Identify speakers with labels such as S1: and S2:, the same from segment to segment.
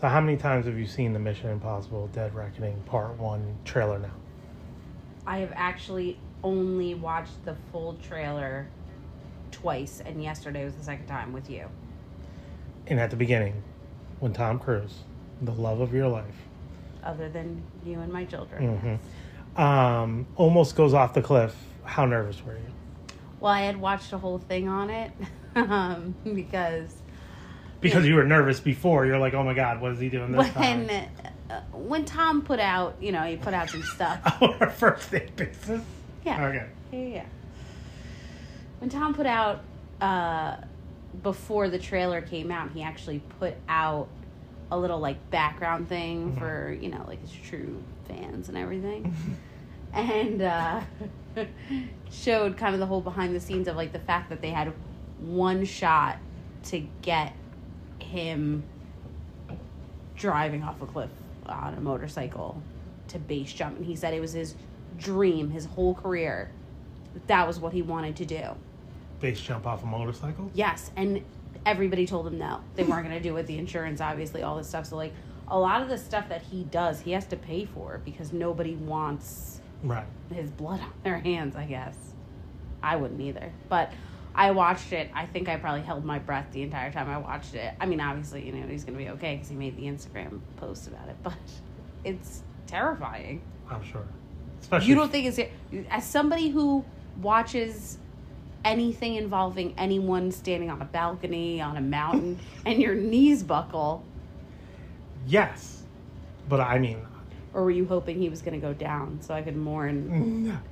S1: So how many times have you seen the Mission Impossible Dead Reckoning Part 1 trailer now?
S2: I have actually only watched the full trailer twice, and yesterday was the second time with you.
S1: And at the beginning, when Tom Cruise, the love of your life,
S2: Other than you and my children.
S1: mhm, um, almost goes off the cliff, how nervous were you?
S2: Well, I had watched a whole thing on it um, because
S1: Because you were nervous before. You're like, oh my God, what is he doing this
S2: when
S1: time?
S2: uh, when Tom put out, you know, he put out some stuff.
S1: Our first day business?
S2: Yeah.
S1: Okay.
S2: Yeah, yeah, yeah. When Tom put out uh, before the trailer came out, he actually put out a little like background thing
S1: Mhm.
S2: for you know like his true fans and everything, and uh, showed kind of the whole behind the scenes of like the fact that they had one shot to get him driving off a cliff on a motorcycle to base jump and he said it was his dream his whole career that that was what he wanted to do
S1: Base jump off a motorcycle?
S2: yes and everybody told him no they weren't going to do it the insurance obviously all this stuff so like a lot of the stuff that he does he has to pay for because nobody wants
S1: Right.
S2: his blood on their hands, I guess. I wouldn't either. But I watched it. I think I probably held my breath the entire time I watched it. I mean, obviously, you know, he's going to be okay because he made the Instagram post about it, but it's terrifying.
S1: I'm sure. Especially
S2: You don't think it's. As somebody who watches anything involving anyone standing on a balcony, on a mountain, and your knees buckle,
S1: Yes. But I mean,
S2: or were you hoping he was going to go down so I could mourn
S1: no.
S2: him?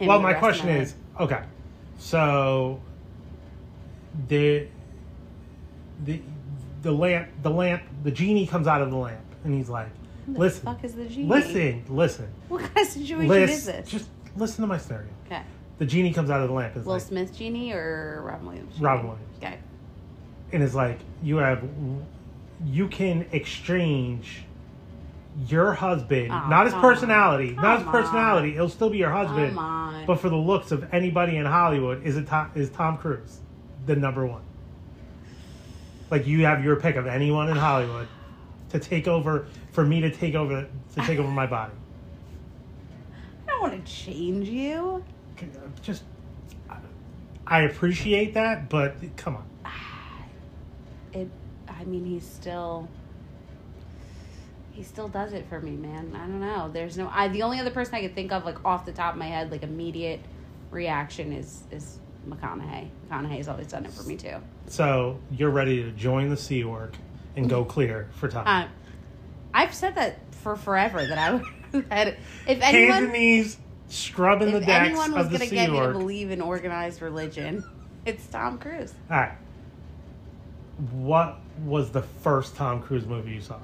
S1: Mm. well,
S2: the
S1: my
S2: rest of
S1: question
S2: life?
S1: is okay. So the the the lamp the lamp the genie comes out of the lamp and he's like,
S2: Who the
S1: listen,
S2: fuck is the genie?
S1: listen, listen,
S2: What kind of situation is
S1: listen.
S2: this?
S1: Just listen to my scenario.
S2: okay.
S1: The genie comes out of the lamp and is
S2: Will
S1: like,
S2: Smith genie or Robin Williams? genie?
S1: Robin Williams.
S2: Okay.
S1: and is like, you have you can exchange your husband,
S2: Aw,
S1: not his
S2: come on.
S1: personality, not his
S2: Come
S1: personality. It'll still be your husband,
S2: Come on.
S1: But for the looks of anybody in Hollywood, is it Tom, is Tom Cruise the number one? Like you have your pick of anyone in Hollywood to take over for me to take over to take over my body.
S2: I don't want to change you.
S1: Just, I- I appreciate that, but come on.
S2: It. I mean, he's still. He still does it for me, man. I don't know. There's no. I. The only other person I could think of, like off the top of my head, like immediate reaction is is McConaughey. McConaughey's always done it for me too.
S1: So you're ready to join the Sea Org and go clear for Tom.
S2: Um, I've said that for forever that I would. That if
S1: Hands
S2: anyone
S1: and knees, scrubbing the
S2: if
S1: decks
S2: anyone was
S1: of the
S2: going to
S1: Sea
S2: get me to
S1: Org.
S2: believe in organized religion, it's Tom Cruise.
S1: All right. What was the first Tom Cruise movie you saw?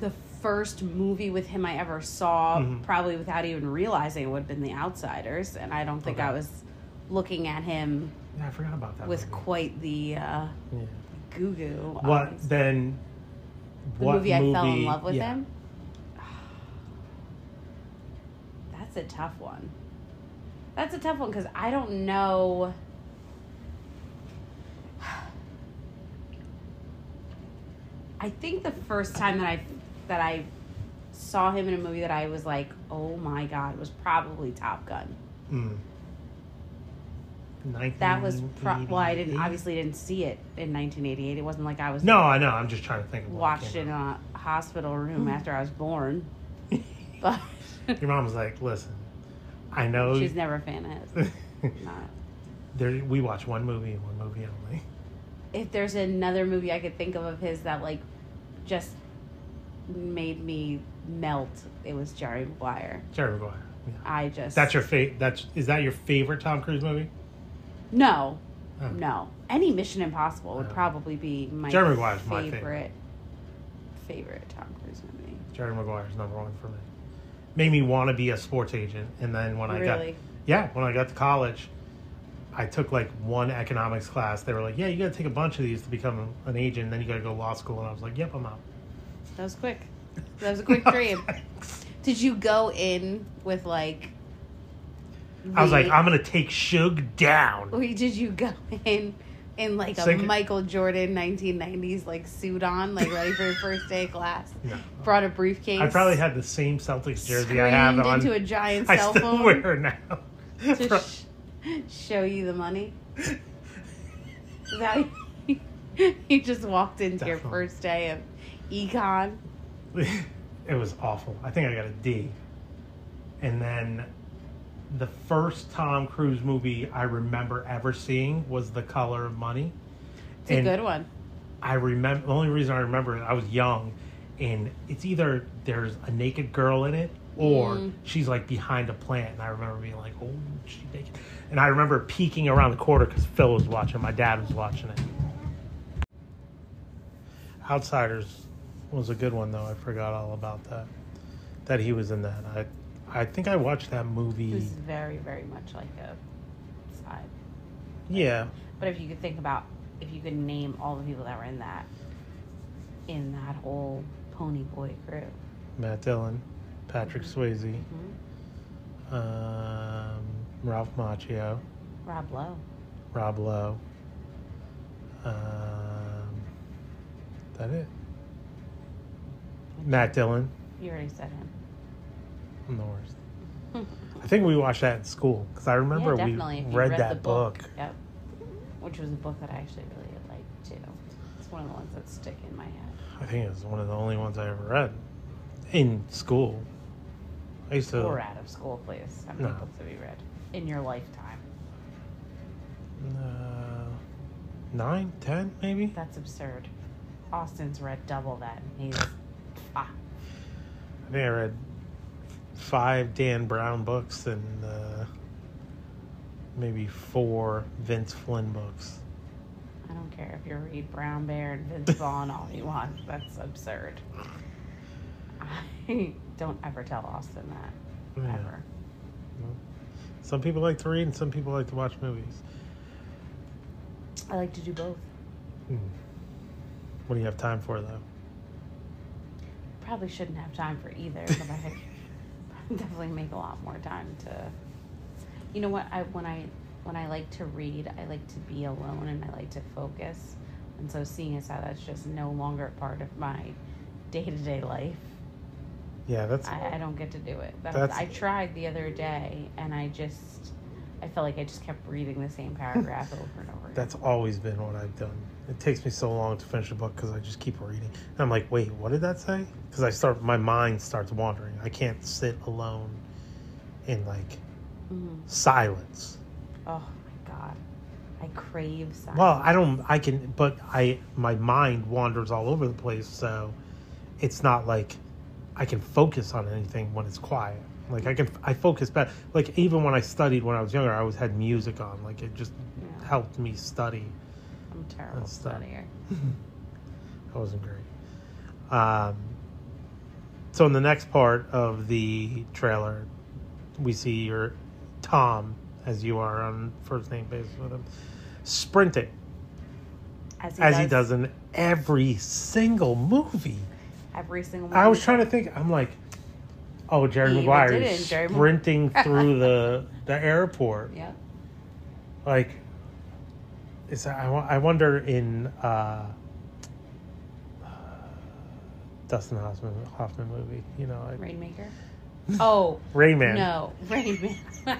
S2: the first movie with him I ever saw,
S1: Mhm.
S2: probably without even realizing it, would have been The Outsiders, and I don't think
S1: Okay.
S2: I was looking at him
S1: Yeah, I forgot about that.
S2: with
S1: movie.
S2: quite the uh,
S1: yeah.
S2: goo goo.
S1: what then?
S2: The
S1: what
S2: movie I fell in love with
S1: yeah.
S2: him. That's a tough one. That's a tough one because I don't know. I think the first time that I that I saw him in a movie that I was like, "Oh my god," was probably Top Gun.
S1: Mm.
S2: That was
S1: Oh,
S2: pro- well, I didn't
S1: 1988?
S2: obviously didn't see it in 1988. It wasn't like I was
S1: No, I know. I'm just trying to think. Of what
S2: watched
S1: came
S2: in
S1: out.
S2: a hospital
S1: Hmm.
S2: room after I was born. But
S1: Your mom was like, "Listen, I know."
S2: she's never a fan of his. Not.
S1: there, we watch one movie and one movie only.
S2: If there's another movie I could think of of his that like just made me melt, it was Jerry Maguire.
S1: Jerry Maguire. Yeah.
S2: I just
S1: That's your favorite. That's is that your favorite Tom Cruise movie?
S2: no,
S1: Oh.
S2: no. Any Mission Impossible would
S1: Oh.
S2: probably be my
S1: Jerry Maguire's my
S2: favorite,
S1: favorite.
S2: favorite Tom Cruise movie.
S1: Jerry Maguire's number one for me. Made me want to be a sports agent, and then when I got
S2: really,
S1: Yeah, when I got to college, I took like one economics class. They were like, "Yeah, you got to take a bunch of these to become an agent, and then you got to go to law school." And I was like, "Yep, I'm out."
S2: that was quick. That was a quick dream. Did you go in with like?
S1: I was like,
S2: the-
S1: "I'm gonna take Suge down."
S2: Wait, did you go in in like a
S1: Second-
S2: Michael Jordan 1990s like suit on, like ready for your first day of class.
S1: No.
S2: Brought a briefcase.
S1: I probably had the same Celtics jersey I have
S2: screamed
S1: on.
S2: into a giant
S1: I
S2: cell
S1: still
S2: phone
S1: wear now.
S2: to sh- show you the money. Is that how you, you just walked into your
S1: Definitely.
S2: first day of econ?
S1: it was awful. I think I got a D. And then the first Tom Cruise movie I remember ever seeing was The Color of Money.
S2: It's a good one.
S1: I remember the only reason I remember it, I was young, and it's either there's a naked girl in it or
S2: Mm.
S1: she's like behind a plant. And I remember being like, "Oh, she's naked," and I remember peeking around the corner because Phil was watching. My dad was watching it. Outsiders was a good one though. I forgot all about that. That he was in that. I, I think I watched that
S2: It was
S1: movie.
S2: very, very much like a side.
S1: Yeah,
S2: But if you could think about, if you could name all the people that were in that, in that whole Pony Boy crew.
S1: Matt Dillon, Patrick Swayze,
S2: Mhm.
S1: um, Ralph Macchio.
S2: Rob Lowe.
S1: Rob Lowe. Um, that it. Matt Dillon.
S2: You already said him.
S1: I'm the worst. I think we watched that in school because I remember
S2: yeah,
S1: we
S2: definitely. if
S1: read,
S2: you read,
S1: that
S2: the
S1: book.
S2: Yep. Which was a book that I actually really liked too. It's one of the ones that stick in my head.
S1: I think it was one of the only ones I ever read in school. I used to.
S2: or out of school, please. How many
S1: No.
S2: books have you read in your lifetime?
S1: Uh, nine, ten, maybe.
S2: That's absurd. Austin's read double that. and He's ah,
S1: I think I read five Dan Brown books and uh, maybe four Vince Flynn books.
S2: I don't care if you read Brown Bear and Vince Vaughn all you want. That's absurd. I don't ever tell Austin that
S1: Yeah.
S2: ever.
S1: Some people like to read and some people like to watch movies.
S2: I like to do both.
S1: Hmm. What do you have time for, though?
S2: Probably shouldn't have time for either, but I definitely make a lot more time to. You know what? I when I when I like to read, I like to be alone and I like to focus. And so, seeing as how that's just no longer a part of my day to day life,
S1: Yeah, that's.
S2: I, I don't get to do it. That's,
S1: That's-
S2: I tried the other day, and I just I felt like I just kept reading the same paragraph over and over.
S1: That's always been what I've done. It takes me so long to finish a book because I just keep reading. And I'm like, wait, what did that say? Because I start, my mind starts wandering. I can't sit alone in like
S2: hmm
S1: silence.
S2: Oh my god, I crave silence.
S1: Well, I don't. I can, but I my mind wanders all over the place, so it's not like I can focus on anything when it's quiet. Like I can, I focus better. Like even when I studied when I was younger, I always had music on. Like it just
S2: Yeah.
S1: helped me study.
S2: I'm a terrible
S1: That's tough.
S2: studier.
S1: That wasn't great. Um, so in the next part of the trailer, we see your Tom as you are on first name basis with him sprinting. as he does in every single movie.
S2: every single.
S1: I was
S2: movie.
S1: trying to think. I'm like, oh, Jerry
S2: He even
S1: Maguire
S2: did it
S1: is
S2: in Jerry Mag-
S1: sprinting through the the airport.
S2: Yep.
S1: Like, is that, I, wo- I wonder in uh, uh, Dustin Hoffman Hoffman movie. You know, like,
S2: Rainmaker. Oh
S1: Rain Man,
S2: no, Rainman.
S1: the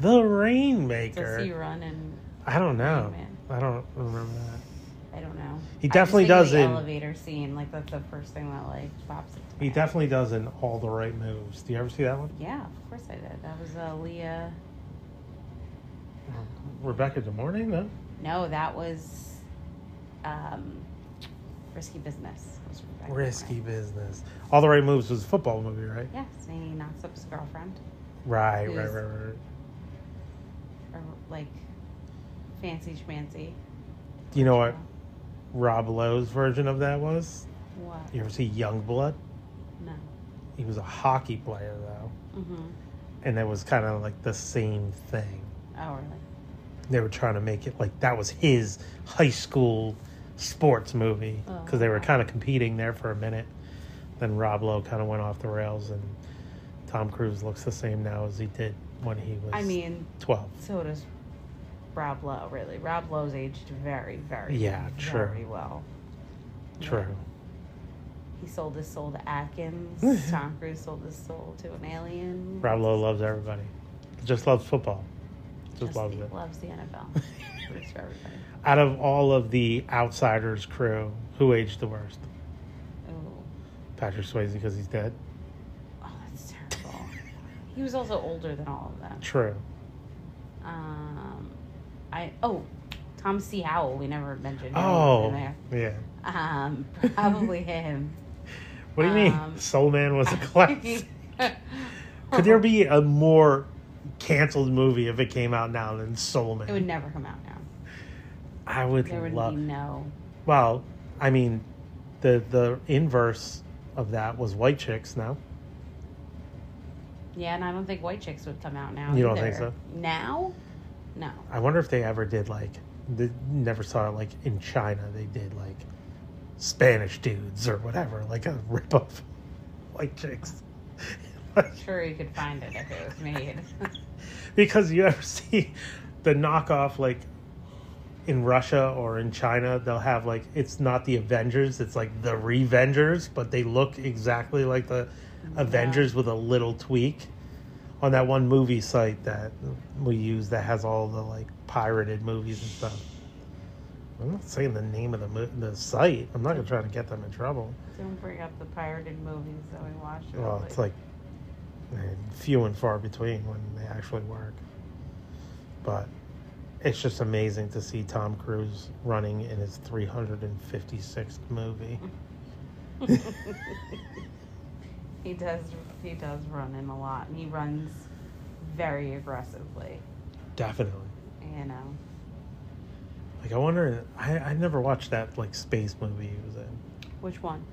S2: does he
S1: Rainmaker.
S2: run and
S1: I don't know.
S2: Rain Man?
S1: I don't remember that.
S2: I don't know.
S1: He
S2: I just
S1: definitely
S2: think of
S1: does
S2: the
S1: in-
S2: elevator scene. Like that's the first thing that like pops. Into my
S1: He
S2: head.
S1: definitely does in all the right moves. Do you ever see that one?
S2: Yeah, of course I did. That was uh, Leah.
S1: Rebecca De Mornay, no.
S2: No, that was um, risky business. Was Rebecca
S1: Risky
S2: Murray.
S1: business. All the right moves was a football movie, right?
S2: Yes, and he knocks up his girlfriend
S1: Right, right,
S2: Yes.
S1: right, right.
S2: or like fancy schmancy.
S1: Do you know what Rob Lowe's version of that was?
S2: What?
S1: You ever see Youngblood?
S2: No.
S1: He was a hockey player though,
S2: Mm-hmm.
S1: and it was kind of like the same thing.
S2: Oh really?
S1: They were trying to make it like that was his high school sports movie because they were
S2: Oh.
S1: kind of competing there for a minute. Then Rob Lowe kind of went off the rails, and Tom Cruise looks the same now as he did when he was
S2: I mean,
S1: twelve.
S2: so does Rob Lowe, really. Rob Lowe's aged very, very,
S1: Yeah, true.
S2: very well.
S1: True.
S2: He sold his soul to Atkins. Tom Cruise sold his soul to an alien.
S1: Rob Lowe loves everybody. Just loves football. Just, loves
S2: the,
S1: it.
S2: Loves the NFL. Works for everybody.
S1: Out of all of the outsiders crew, who aged the worst?
S2: Ooh.
S1: Patrick Swayze because he's dead.
S2: Oh, that's terrible. he was also older than all of them.
S1: True.
S2: Um, I oh, Tom C. Howell. We never mentioned him in
S1: Oh,
S2: there.
S1: yeah.
S2: Um, probably him.
S1: What do you
S2: Um,
S1: mean? Soul Man was a classic. Could there be a more canceled movie if it came out now than Soul Man?
S2: It would never come out now.
S1: I would
S2: There would
S1: love.
S2: be no.
S1: Well, I mean, the the inverse of that was White Chicks. Now,
S2: Yeah, and I don't think White Chicks would come out now.
S1: You don't think
S2: either.
S1: so?
S2: Now? No.
S1: I wonder if they ever did like. They never saw it like in China. They did like Spanish dudes or whatever, like a rip off White Chicks. like,
S2: Sure, you could find it if it was made.
S1: because you ever see the knockoff like in Russia or in China, they'll have like it's not the Avengers, it's like the Revengers, but they look exactly like the Avengers with a little tweak. On that one movie site that we use that has all the like pirated movies and stuff. I'm not saying the name of the mo- the site. I'm not gonna try to get them in trouble.
S2: don't bring up the pirated movies that we watched.
S1: Well, it's like eh, few and far between when they actually work. But it's just amazing to see Tom Cruise running in his 356th movie.
S2: He does. He does run in a lot, and he runs very aggressively.
S1: Definitely.
S2: You know,
S1: Like, I wonder, I, I never watched that, like, space movie he was in.
S2: which one?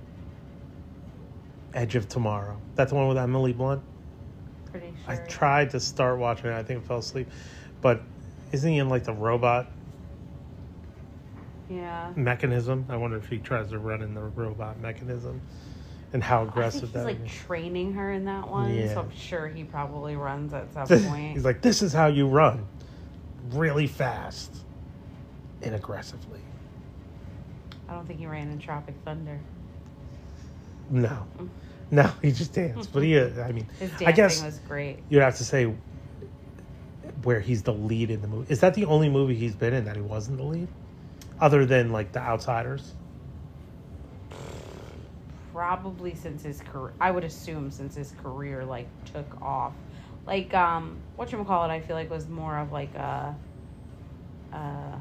S1: Edge of Tomorrow. That's the one with Emily Blunt?
S2: Pretty sure.
S1: I tried to start watching it. I think I fell asleep. But isn't he in, like, the robot
S2: Yeah.
S1: mechanism? I wonder if he tries to run in the robot mechanism and how
S2: I think
S1: aggressive
S2: he's
S1: that
S2: like
S1: would be.
S2: training her in that one,
S1: Yeah.
S2: so I'm sure he probably runs at some point.
S1: He's like, this is how you run really fast and aggressively.
S2: I don't think he ran in Tropic Thunder.
S1: No, no, he just danced. But he, uh, I mean,
S2: Mm-hmm. His dancing
S1: I guess
S2: was great.
S1: you'd have to say where he's the lead in the movie. Is that the only movie he's been in that he wasn't the lead? Other than like The Outsiders?
S2: Probably since his career, I would assume since his career like took off, like um, what you call it? I feel like was more of like a, uh,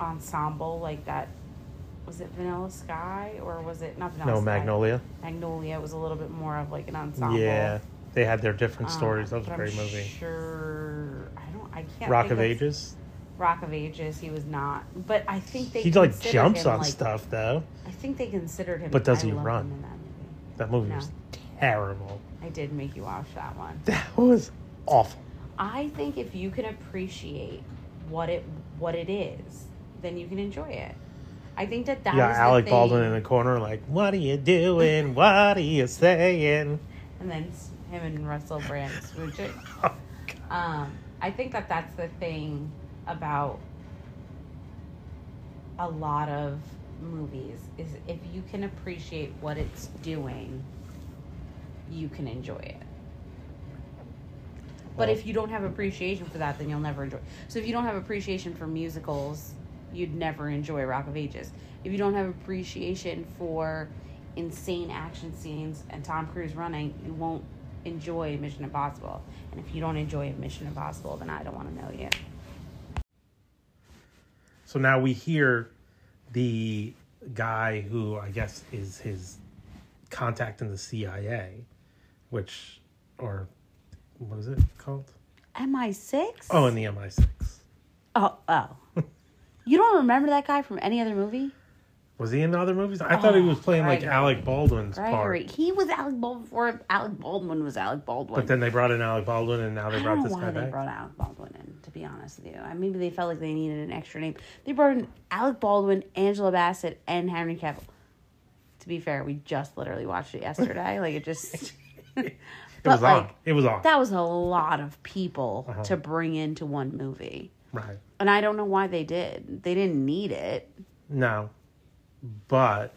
S2: ensemble like that. Was it Vanilla Sky or was it not Vanilla
S1: No,
S2: Sky?
S1: Magnolia?
S2: Magnolia was a little bit more of like an ensemble.
S1: Yeah. They had their different
S2: Um,
S1: stories. That was a
S2: but I'm
S1: great movie.
S2: Sure, I don't. I can't.
S1: Rock
S2: think
S1: of Ages?
S2: Rock of Ages. He was not, but I think they.
S1: He like
S2: considered
S1: jumps
S2: him,
S1: on
S2: like-
S1: stuff though.
S2: I think they considered him.
S1: But does
S2: I
S1: he
S2: love
S1: run?
S2: him in that movie.
S1: That movie
S2: No.
S1: was terrible.
S2: I did make you watch that one.
S1: That was awful.
S2: I think if you can appreciate what it what it is, then you can enjoy it. I think that that
S1: yeah,
S2: was
S1: Alec
S2: the thing.
S1: Baldwin in the corner, like, what are you doing? what are you saying?
S2: and then s- him and Russell Brand smooching.
S1: Oh,
S2: Um, I think that that's the thing about a lot of movies is if you can appreciate what it's doing, you can enjoy it.
S1: Well-
S2: But if you don't have appreciation for that, then you'll never enjoy. So if you don't have appreciation for musicals, you'd never enjoy Rock of Ages. If you don't have appreciation for insane action scenes and Tom Cruise running, you won't enjoy Mission Impossible. And if you don't enjoy Mission Impossible, then I don't want to know you.
S1: So now we hear the guy who I guess is his contact in the CIA, which, or what is it called?
S3: MI6?
S1: Oh, in the MI6.
S3: Oh, oh. you don't remember that guy from any other movie?
S1: Was he in other movies? I thought he
S2: Oh,
S1: was playing like
S2: Gregory.
S1: Alec Baldwin's
S3: Gregory.
S1: part.
S3: He was Alec Baldwin before Alec Baldwin was Alec Baldwin.
S1: But then they brought in Alec Baldwin and now they
S3: I
S1: brought
S3: don't know
S1: this
S3: why
S1: guy
S3: they
S1: back.
S3: brought Alec Baldwin in, to be honest with you. I, maybe they felt like they needed an extra name. They brought in Alec Baldwin, Angela Bassett, and Henry Cavill. To be fair, we just literally watched it yesterday. like, it just.
S1: It was on.
S2: like,
S1: It was on.
S2: That was a lot of people
S1: Uh-huh.
S2: to bring into one movie.
S1: right.
S2: And I don't know why they did. They didn't need it.
S1: No, but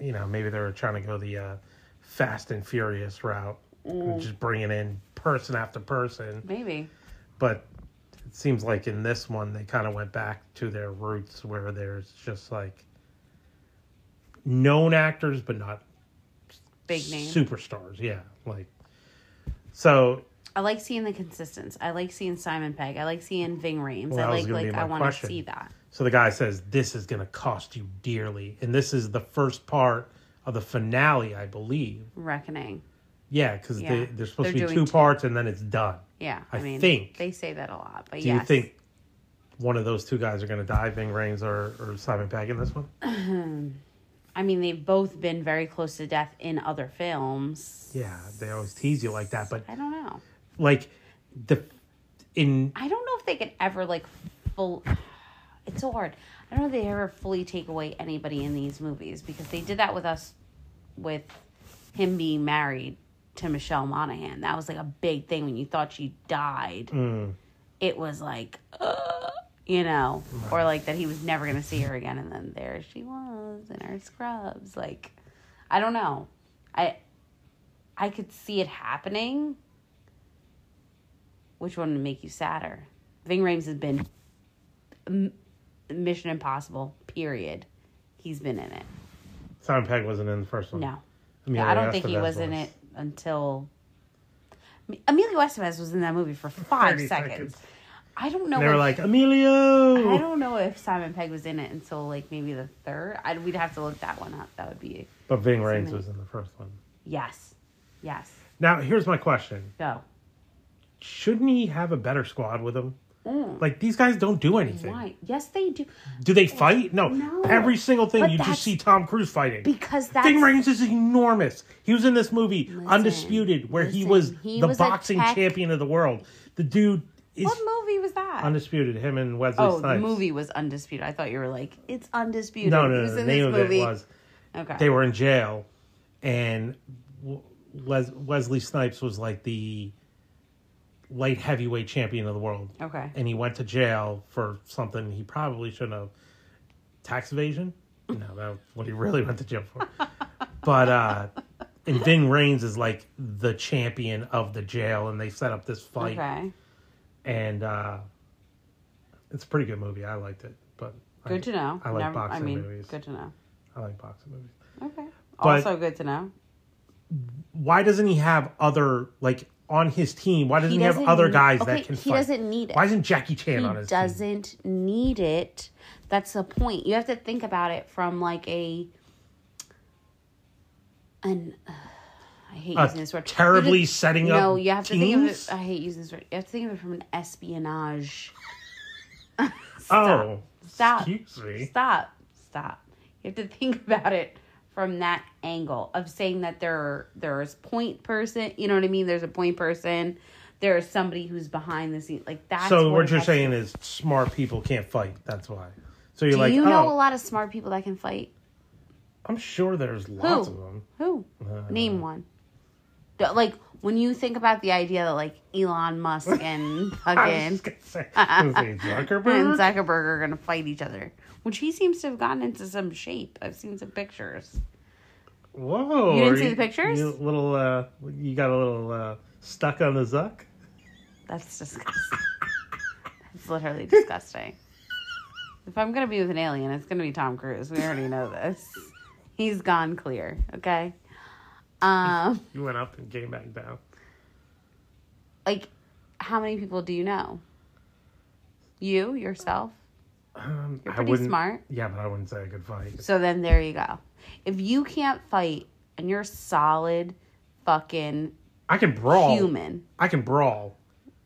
S1: you know, maybe they were trying to go the uh, Fast and Furious route,
S2: Mm.
S1: and just bringing in person after person.
S2: Maybe.
S1: But it seems like in this one, they kind of went back to their roots, where there's just like known actors, but not
S2: Big name.
S1: superstars. Yeah, like so.
S2: I like seeing the consistence. I like seeing Simon Pegg. I like seeing Ving Rhames.
S1: Well, that
S2: I
S1: was
S2: like
S1: gonna be
S2: like
S1: my
S2: I want to
S1: question.
S2: see that.
S1: So the guy says, This is going to cost you dearly. And this is the first part of the finale, I believe.
S2: Reckoning.
S1: Yeah, because
S2: Yeah.
S1: they, they're supposed
S2: They're
S1: to be two
S2: doing two.
S1: parts and then it's done.
S2: Yeah.
S1: I
S2: I, mean
S1: think-
S2: they say that a lot. But
S1: Do
S2: yes.
S1: you think one of those two guys are going to die, Ving Rhames or, or Simon Pegg in this one?
S2: I mean they've both been very close to death in other films.
S1: Yeah, they always tease you like that. But
S2: I don't know.
S1: like the in
S2: I don't know if they could ever like full. It's so hard. I don't know if they ever fully take away anybody in these movies because they did that with us, with him being married to Michelle Monaghan. That was like a big thing when you thought she died. It was like, uh, you know, or like that he was never gonna see her again, and then there she was in her scrubs. Like, I don't know. I I could see it happening, which one would make you sadder? Ving Rhames has been M- Mission Impossible. Period. He's been in it.
S1: Simon Pegg wasn't in the first one.
S2: No,
S1: Emilio
S2: I don't think he
S1: Estevez
S2: was in it until Em- Emilio Estevez was in that movie for five
S1: 30
S2: seconds.
S1: seconds.
S2: I don't know.
S1: And they were
S2: if-
S1: like,
S2: I
S1: Emilio!
S2: don't know if Simon Pegg was in it until like maybe the third. I, we'd have to look that one up. That would be
S1: But Ving Rhames
S2: in it.
S1: was in the first one.
S2: yes, yes.
S1: Now, here's my question
S2: Go.
S1: Shouldn't he have a better squad with him?
S2: Mm.
S1: Like, these guys don't do anything.
S2: Why? Yes, they do.
S1: Do they fight? No.
S2: No.
S1: Every single thing
S2: But
S1: you just
S2: that's-
S1: see Tom Cruise fighting.
S2: Because that's
S1: Ving Rhames is enormous. He was in this movie Undisputed, where he
S2: listen,
S1: was
S2: he
S1: the
S2: was a
S1: boxing
S2: tech-
S1: champion of the world. The dude is
S2: what movie was that?
S1: Undisputed. Him and Wesley
S2: Oh, the
S1: Snipes.
S2: movie was undisputed. I thought you were like, it's undisputed.
S1: No,
S2: It
S1: no,
S2: was
S1: no. The
S2: in
S1: name
S2: this
S1: of
S2: movie.
S1: it was
S2: Okay.
S1: they were in jail, and W- Les- Wesley Snipes was like the light heavyweight champion of the world,
S2: okay.
S1: and he went to jail for something he probably shouldn't have. Tax evasion? No, that's what he really went to jail for. but uh and Ving Rhames is like the champion of the jail and they set up this fight
S2: Okay.
S1: and uh it's a pretty good movie. I liked it. But I,
S2: Good to know.
S1: I like
S2: Never-
S1: boxing
S2: I mean,
S1: movies.
S2: good to know.
S1: I like boxing movies.
S2: Okay.
S1: But-
S2: also good to know.
S1: Why doesn't he have other like on his team? Why doesn't he, have
S2: doesn't
S1: other
S2: need-
S1: guys
S2: okay,
S1: that can
S2: he
S1: fight?
S2: doesn't need it.
S1: Why isn't Jackie Chan
S2: He
S1: on his team?
S2: doesn't need it. That's the point. You have to think about it from like a an uh, I hate
S1: A
S2: using this word. You
S1: terribly
S2: just-
S1: setting
S2: No,
S1: up
S2: you have to think of
S1: teams?
S2: it. I hate using this word. You have to think of it from an espionage.
S1: Oh,
S2: Stop.
S1: excuse me.
S2: Stop. Stop. You have to think about it from that angle of saying that there there's point person, you know what I mean? There's a point person, there is somebody who's behind the scene. Like that's
S1: So
S2: what
S1: what
S2: it
S1: you're
S2: has to-
S1: saying is smart people can't fight. That's why. So you're
S2: Do
S1: like,
S2: you know
S1: oh,
S2: a lot of smart people that can fight?
S1: I'm sure there's lots of them.
S2: Who?
S1: Uh,
S2: Name one. D- Like when you think about the idea that like Elon Musk and
S1: I was
S2: fucking
S1: gonna say, I was gonna say
S2: and
S1: Zuckerberg.
S2: Zuckerberg are gonna fight each other, which he seems to have gotten into some shape. I've seen some pictures.
S1: Whoa!
S2: You didn't
S1: are
S2: see the pictures?
S1: You little, uh, you got a little uh, stuck on the Zuck.
S2: That's disgusting. That's literally disgusting. If I'm gonna be with an alien, it's gonna be Tom Cruise. We already know this. He's gone clear. Okay. Um,
S1: You went up and came back down.
S2: like, how many people do you know? You yourself.
S1: Um,
S2: You're
S1: I
S2: pretty
S1: wouldn't-
S2: smart.
S1: Yeah, but I wouldn't say I could fight.
S2: So then there you go. If you can't fight and you're a solid fucking
S1: I can brawl.
S2: human.
S1: I can brawl,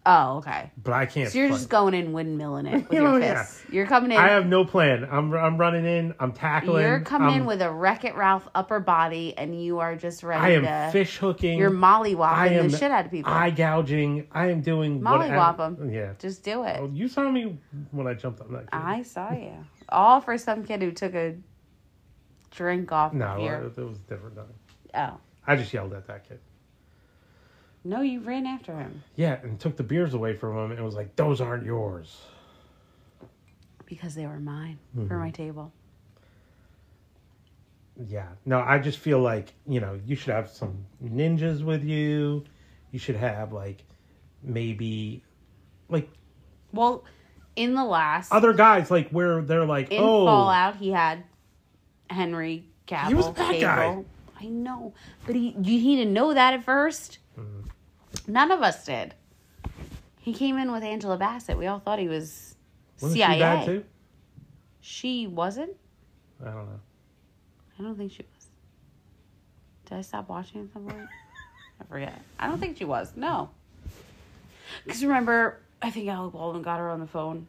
S2: Oh, okay.
S1: but I can't.
S2: So you're
S1: fight.
S2: just going in windmilling it with
S1: You know, Oh,
S2: your
S1: yeah.
S2: fists. You're coming in
S1: I have no plan. I'm I'm running in. I'm tackling.
S2: You're coming
S1: I'm-
S2: in with a Wreck It Ralph upper body, and you are just
S1: um, I
S2: ready
S1: am
S2: to.
S1: fish hooking.
S2: You're
S1: I
S2: mollywopping
S1: am
S2: the shit out of people.
S1: Eye gouging. I am doing
S2: Mollywop
S1: whatever-
S2: 'em.
S1: Yeah.
S2: just do it.
S1: Oh, you saw me when I jumped on that. Kid.
S2: I saw you. All for some kid who took a drink off
S1: no, uh,
S2: of your.
S1: it, it was a different time.
S2: Oh,
S1: I just yelled at that kid.
S2: No, you ran after him
S1: Yeah, and took the beers away from him and was like, those aren't yours.
S2: because they were mine
S1: Mm-hmm.
S2: for my table.
S1: Yeah. No, I just feel like, you know, you should have some ninjas with you. You should have, like, maybe, like,
S2: Well, in the last
S1: other guys, like, where they're like,
S2: in
S1: oh,
S2: Fallout, he had Henry Cavill.
S1: He was a bad guy.
S2: Cable. I know, but he you he didn't know that at 1st
S1: Hmm.
S2: None of us did. He came in with Angela Bassett. We all thought he was
S1: wasn't
S2: CIA.
S1: she bad too?
S2: She wasn't.
S1: I don't know.
S2: I don't think she was. Did I stop watching at some point? I forget. I don't think she was. No. Because remember, I think Alec Baldwin got her on the phone.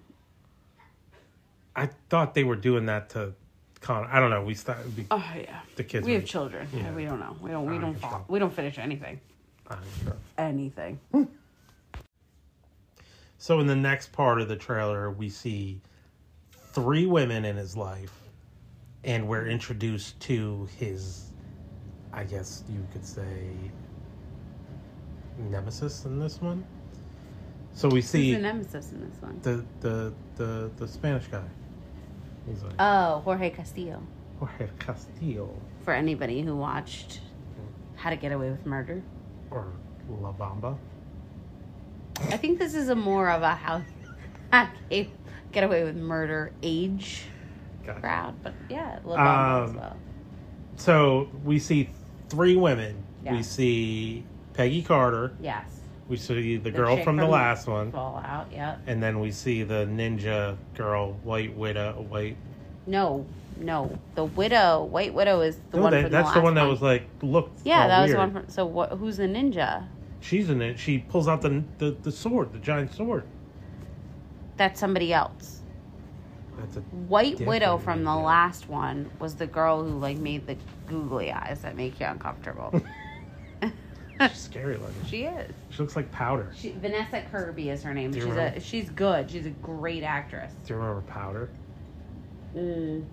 S1: I thought they were doing that to Con. I don't know. We started we,
S2: Oh yeah.
S1: the kids.
S2: We
S1: were,
S2: have children.
S1: Yeah.
S2: We don't know. We don't. We
S1: I
S2: don't.
S1: control.
S2: Follow. We don't finish anything.
S1: I'm sure.
S2: Anything.
S1: So in the next part of the trailer, we see three women in his life, and we're introduced to his, I guess you could say, nemesis in this one. So we see
S2: Who's the nemesis in this one?
S1: the, the the the Spanish guy. He's like
S2: Oh, Jorge Castillo.
S1: Jorge Castillo
S2: For anybody who watched How to Get Away with Murder,
S1: or La Bamba.
S2: I think this is a more of a how how to get away with murder age
S1: Gotca.
S2: crowd. But yeah, La Bamba as
S1: Um,
S2: well.
S1: So we see three women.
S2: Yeah.
S1: We see Peggy Carter.
S2: Yes.
S1: We see the, girl
S2: chick
S1: from the
S2: from-
S1: last one.
S2: Fallout. Yep.
S1: and then we see the ninja girl, White Widow, White.
S2: No, no. The widow, White Widow, is the
S1: no,
S2: one
S1: that-
S2: from
S1: that's
S2: the last
S1: the one that was like looked.
S2: Yeah,
S1: all
S2: that was
S1: weird.
S2: the one from. So what? Who's the ninja?
S1: She's in it. She pulls out the, the the sword, the giant sword.
S2: That's somebody else.
S1: That's a
S2: White
S1: Different
S2: Widow from the
S1: ninja.
S2: last one was the girl who like made the googly eyes that make you uncomfortable.
S1: she's scary looking. She,
S2: she is.
S1: she looks like powder.
S2: She, Vanessa Kirby is her name.
S1: Do
S2: She's
S1: you
S2: a,
S1: remember?
S2: she's good. She's a great actress.
S1: Do you remember Powder?
S2: Mm.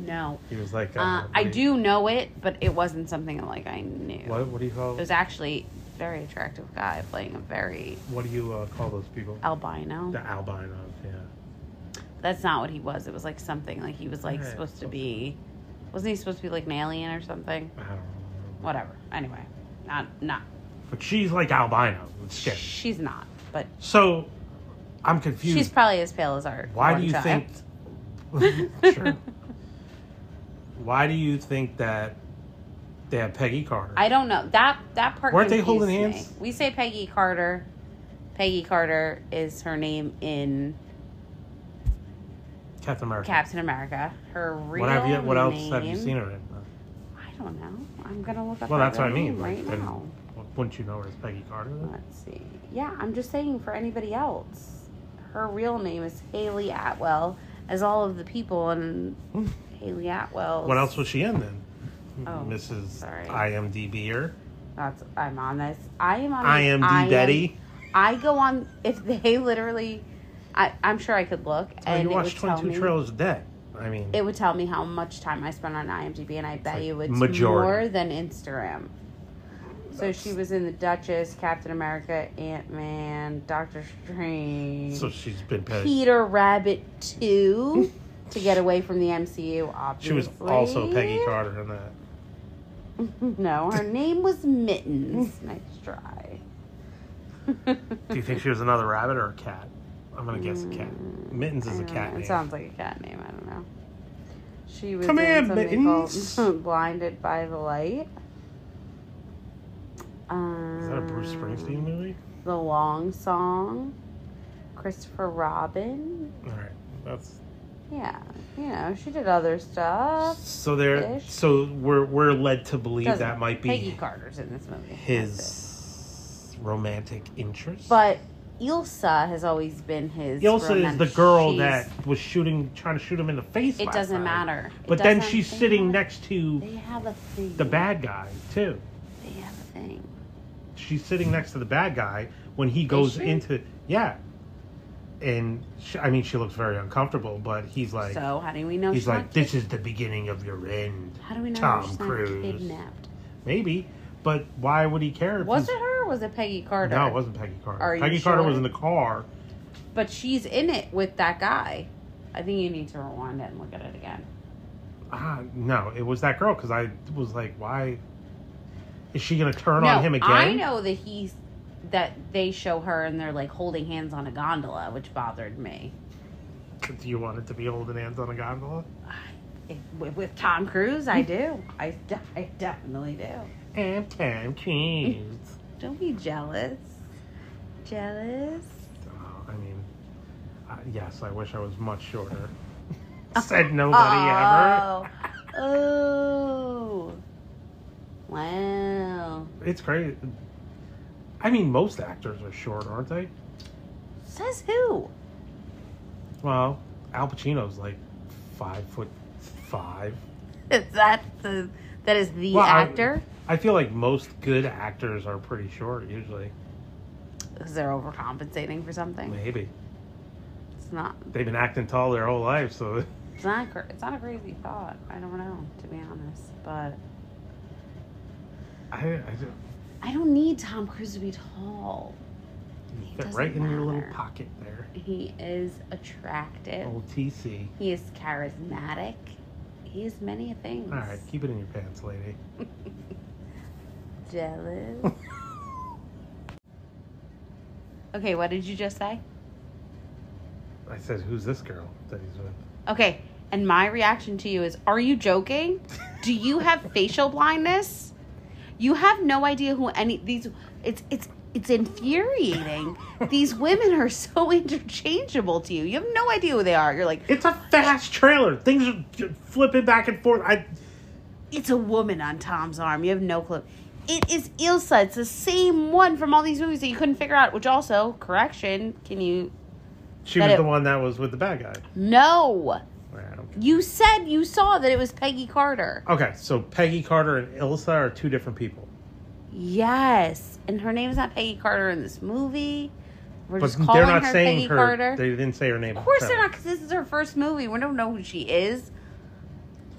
S2: No,
S1: He was like.
S2: uh, I
S1: what
S2: do know it, but it wasn't something like I knew.
S1: you- What what do you call
S2: It was actually a very attractive guy playing a very
S1: what do you uh, call those people?
S2: albino.
S1: The albinos. Yeah.
S2: That's not what he was. It was like something like he was like
S1: Alright,
S2: supposed to
S1: okay.
S2: be. Wasn't he supposed to be like an alien or something?
S1: I don't know.
S2: Whatever. Anyway, not not.
S1: But she's like albino. It's scary.
S2: She's not, but
S1: So, I'm confused.
S2: she's probably as pale as our.
S1: Why
S2: one
S1: do you
S2: child.
S1: think? sure. Why do you think that they have Peggy Carter?
S2: I don't know that that part.
S1: Weren't they
S2: confused
S1: holding
S2: me.
S1: hands?
S2: We say Peggy Carter. Peggy Carter is her name in
S1: Captain America.
S2: Captain America. Her real
S1: what have you? What else
S2: name,
S1: have you seen her in?
S2: I don't know. I'm gonna look up.
S1: Well,
S2: her
S1: that's what I
S2: real
S1: mean.
S2: name
S1: Like,
S2: right
S1: then
S2: now.
S1: wouldn't you know her as Peggy Carter? Then?
S2: Let's see. Yeah, I'm just saying for anybody else. Her real name is Haley Atwell, as all of the people in Haley Atwell.
S1: Hmm. What else was she in then?
S2: Oh,
S1: Mrs.
S2: sorry.
S1: IMDb or
S2: That's I'm on this. I am on. this.
S1: IMD
S2: I am-
S1: Daddy?
S2: I go on if they literally. I, I'm sure I could look
S1: Oh,
S2: and
S1: you
S2: it would
S1: watch
S2: tell
S1: twenty
S2: me.
S1: two trailers a day. I mean,
S2: It would tell me how much time I spent on IMDb, and I bet
S1: like
S2: you it's
S1: majority.
S2: more than Instagram. So she was in The Duchess, Captain America, Ant Man, Doctor Strange.
S1: so she's been Peggy.
S2: Peter Rabbit 2 to get away from the MCU, obviously.
S1: she was also Peggy Carter in that.
S2: no, her name was Mittens. Nice try.
S1: Do you think she was another rabbit or a cat? I'm gonna guess a cat. Mittens is a
S2: I don't
S1: cat
S2: know. It
S1: name.
S2: sounds like a cat name. I don't know. She was
S1: Come
S2: in
S1: here,
S2: something
S1: Mittens.
S2: called Blinded by the Light. Um,
S1: is that a Bruce Springsteen movie?
S2: The Long Song. Christopher Robin.
S1: All right, that's
S2: Yeah, you know, she did other stuff.
S1: So there,
S2: Ish.
S1: so we're we're led to believe
S2: Doesn't-
S1: that might be
S2: Peggy Carter's in this movie. That's it.
S1: his romantic interest.
S2: But Ilsa has always been his.
S1: Ilsa is
S2: romantic-
S1: the girl
S2: she's-
S1: that was shooting, trying to shoot him in the face.
S2: It
S1: last
S2: doesn't
S1: time.
S2: matter. It
S1: But then
S2: doesn't-
S1: she's
S2: they
S1: sitting
S2: have-
S1: next to
S2: They have a thing.
S1: the bad guy too.
S2: They have a thing.
S1: She's sitting next to the bad guy when he goes
S2: she?
S1: into yeah. And she, I mean, she looks very uncomfortable, but he's like,
S2: so how do we know?
S1: he's
S2: she's not
S1: like, this is the beginning of your end.
S2: How do we know
S1: Tom
S2: she's
S1: Cruise.
S2: not kidnapped?
S1: Maybe, But why would he care? if
S2: Was it
S1: he's-
S2: her or was it Peggy Carter?
S1: No, it wasn't Peggy Carter.
S2: Are you
S1: Peggy Carter
S2: sure?
S1: was in the car.
S2: But she's in it with that guy. I think you need to rewind it and look at it again.
S1: Ah, no, it was that girl because I was like, why is she going to turn on him again?
S2: I know that he's that they show her and they're like holding hands on a gondola, which bothered me.
S1: Do you want it to be holding hands on a gondola?
S2: If, with, with Tom Cruise, I do. I, de- I definitely do.
S1: And Tom Cruise.
S2: Don't be jealous. Jealous.
S1: Oh, I mean, uh, yes, I wish I was much shorter. Said nobody
S2: oh. Oh. Wow.
S1: ever. It's crazy. I mean, most actors are short, aren't they?
S2: Says who?
S1: Well, Al Pacino's like five foot five.
S2: Is that the that is the
S1: Well, I-
S2: actor?
S1: I feel like most good actors are pretty short usually.
S2: Is they're overcompensating for something?
S1: Maybe
S2: It's not.
S1: they've been acting tall their whole life, so
S2: It's not. cra- It's not a crazy thought. I don't know, to be honest. But
S1: I, I don't-
S2: I don't need Tom Cruise to be tall.
S1: you
S2: It
S1: fit
S2: doesn't
S1: right in your little
S2: matter.
S1: pocket there.
S2: He is attractive.
S1: Old TC.
S2: He is charismatic. He is many things.
S1: All right, keep it in your pants, lady.
S2: Jealous. okay, what did you just say?
S1: I said, who's this girl that he's with?
S2: Okay, and my reaction to you is Are you joking? Do you have facial blindness? You have no idea who any these it's it's it's infuriating. these women are so interchangeable to you. You have no idea who they are. You're like,
S1: It's a fast trailer. Things are flipping back and forth. I
S2: it's a woman on Tom's arm. You have no clue. It is Ilsa. It's the same one from all these movies that you couldn't figure out, which also, correction, can you
S1: she
S2: That
S1: was
S2: it-
S1: the one that was with the bad guy.
S2: No.
S1: I don't care.
S2: You said you saw that it was Peggy Carter.
S1: Okay, so Peggy Carter and Ilsa are two different people.
S2: Yes, and her name is not Peggy Carter in this movie. We're
S1: But
S2: just calling
S1: they're not
S2: her
S1: saying
S2: Peggy
S1: her.
S2: Carter.
S1: They didn't say her name.
S2: of course they're not, because this is her first movie. We don't know who she is.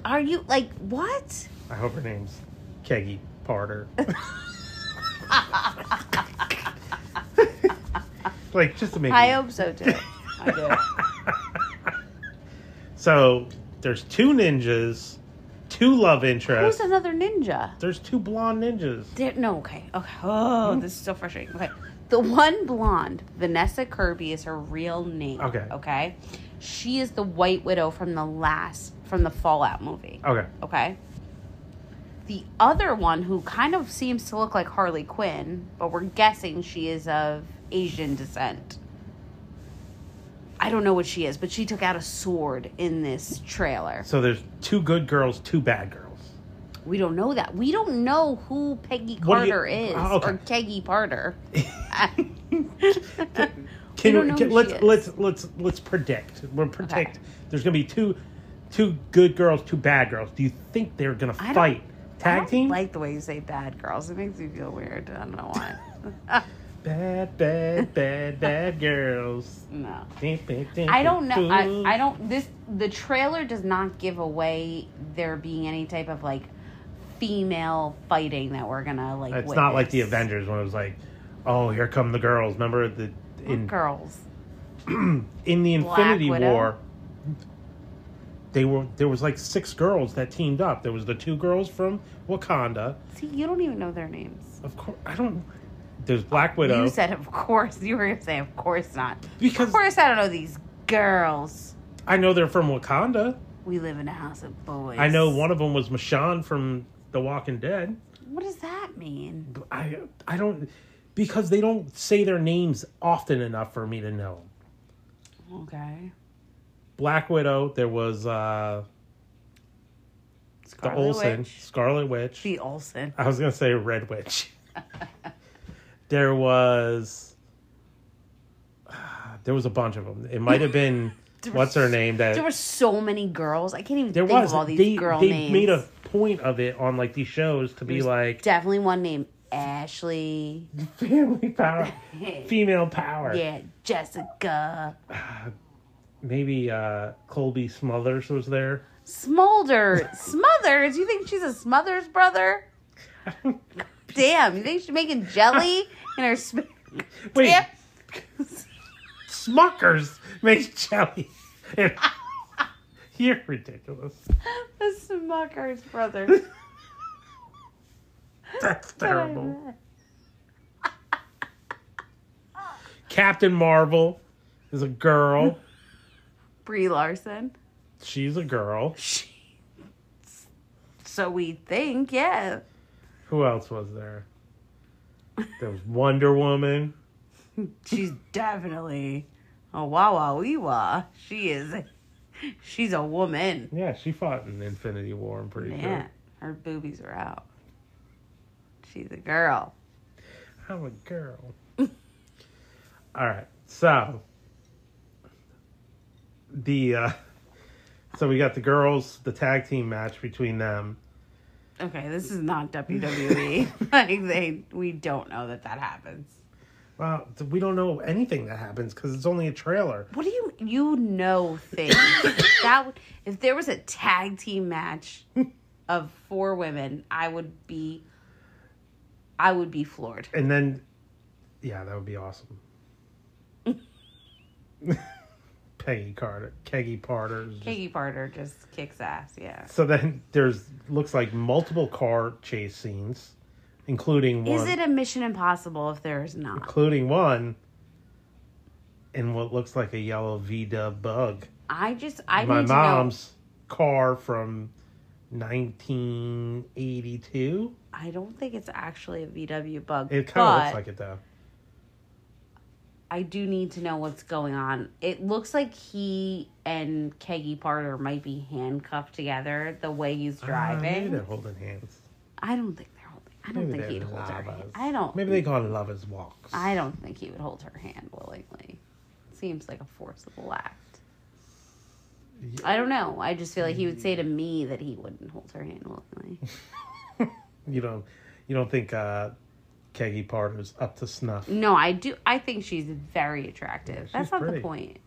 S2: Are you like what?
S1: I hope her name's Keggy Parter. like just to make.
S2: I
S1: it-
S2: hope so too. I do.
S1: So there's two ninjas, two love
S2: Who's
S1: interests.
S2: another ninja?
S1: There's two blonde ninjas.
S2: There- no, okay, okay.
S1: Mm-hmm.
S2: Oh, this is so frustrating. Okay, the one blonde, Vanessa Kirby, is her real name.
S1: Okay.
S2: okay. She is the White Widow from the last from the Fallout movie.
S1: Okay.
S2: Okay. The other one, who kind of seems to look like Harley Quinn, but we're guessing she is of Asian descent. I don't know what she is, but she took out a sword in this trailer.
S1: So there's two good girls, two bad girls.
S2: We don't know that. We don't know who Peggy
S1: What do you-
S2: Carter is
S1: Oh, okay.
S2: or Keggy Parter.
S1: Can
S2: don't know
S1: can-
S2: who
S1: let's
S2: she is.
S1: let's let's let's predict. We're predict. There's gonna be two two good girls, two bad girls. Do you think they're gonna
S2: I don't-
S1: fight?
S2: I
S1: Tag
S2: don't
S1: team?
S2: like the way you say bad girls. It makes me feel weird. I don't know why.
S1: bad, bad, bad, bad girls.
S2: no. I
S1: I
S2: don't know. I, I don't. This the trailer does not give away there being any type of like female fighting that we're gonna like.
S1: It's not like the
S2: witness.
S1: Avengers when it was like, oh, here come the girls. Remember the in
S2: girls.
S1: in the
S2: Black
S1: Infinity
S2: Widow?
S1: War, they were there was like six girls that teamed up. There was the two girls from Wakanda.
S2: See, you don't even know their names.
S1: Of course, I don't. There's Black Widow.
S2: You said, of course. You were gonna say, of course not.
S1: uh, Because-
S2: of course I don't know these girls.
S1: I know they're from Wakanda.
S2: We live in a house of boys.
S1: I know one of them was Michonne from The Walking Dead.
S2: What does that mean?
S1: But I I don't because they don't say their names often enough for me to know. 'em.
S2: Okay.
S1: Black Widow. There was uh, the
S2: Scarlet
S1: Olsen,
S2: Witch.
S1: Scarlet Witch.
S2: The Olsen.
S1: I was gonna say Red Witch. there was there was a bunch of them. It might have been
S2: There
S1: what's her name that
S2: There were so many girls. I can't even
S1: there
S2: think
S1: was
S2: of all these
S1: they,
S2: girl
S1: they
S2: names.
S1: made a point of it on like these shows to be
S2: There's
S1: like
S2: definitely one named Ashley.
S1: family power, female power.
S2: Yeah, Jessica
S1: Maybe uh, Colby Smothers was there.
S2: Smolder. Smothers? You think she's a Smothers brother? Damn, you think she's making jelly in her spare?
S1: Wait,
S2: Damn.
S1: Smuckers makes jelly. You're ridiculous.
S2: the Smucker's brother.
S1: That's terrible. Captain Marvel is a girl.
S2: Brie Larson.
S1: She's a girl.
S2: So we think, yeah.
S1: Who else was there? There was Wonder Woman.
S2: She's definitely a wawa wee She is. She's a woman.
S1: Yeah, she fought in Infinity War, I'm pretty
S2: Yeah, her boobies are out. She's a girl.
S1: sure. I'm a girl. All right. So the uh so we got the girls, the tag team match between them.
S2: Okay, this is not E. WWE. like they, we don't know that that happens.
S1: Well, we don't know anything that happens because it's only a trailer.
S2: What do you you know things that would, if there was a tag team match of four women, I would be, I would be floored.
S1: And then, yeah, that would be awesome. Peggy Carter, Keggy Parter. is just-
S2: Piggy Parter just kicks ass. Yeah.
S1: So then there's looks like multiple car chase scenes, including one,
S2: Is it a Mission Impossible if there is not?
S1: including one in what looks like a yellow Vida bug.
S2: I just I
S1: My
S2: need to know.
S1: mom's car from 1982.
S2: I don't think it's actually a VW bug,
S1: It kind of
S2: but
S1: looks like it though.
S2: I do need to know what's going on. It looks like he and Keggy Parter might be handcuffed together the way he's
S1: Ah, maybe
S2: driving.
S1: they're holding hands.
S2: I don't think they're holding. I don't
S1: Maybe
S2: think
S1: they're
S2: he'd hold her.
S1: lovers.
S2: Hand. I don't.
S1: Maybe they call it lovers walks.
S2: I don't think he would hold her hand willingly. Seems like a forcible act. I don't know. I just feel like he would say to me that he wouldn't hold her hand willingly.
S1: You don't you don't think uh Keggy Parter's up to snuff.
S2: No, I do. I think she's very attractive.
S1: she's
S2: That's not
S1: pretty.
S2: the point.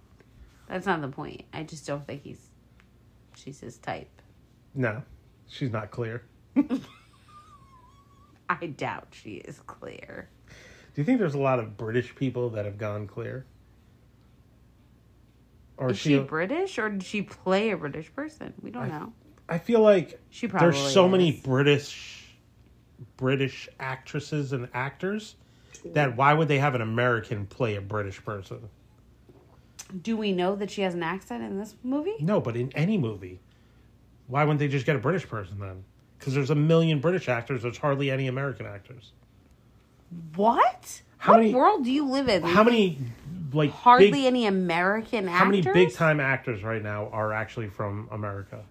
S2: That's not the point. I just don't think he's. She's his type.
S1: No. She's not clear.
S2: I doubt she is clear.
S1: Do you think there's a lot of British people that have gone clear? Or
S2: Is she, British or did she play a British person? We don't
S1: I-
S2: know.
S1: I feel like
S2: She probably.
S1: there's so many
S2: is.
S1: British British actresses and actors that why would they have an American play a British person?
S2: Do we know that she has an accent in this movie?
S1: No, but in any movie, why wouldn't they just get a British person then? Because there's a million British actors. There's hardly any American actors.
S2: What?
S1: How
S2: what
S1: many-
S2: world do you live in?
S1: How many, like
S2: Hardly
S1: big-
S2: any American actors.
S1: how many big time actors right now are actually from America?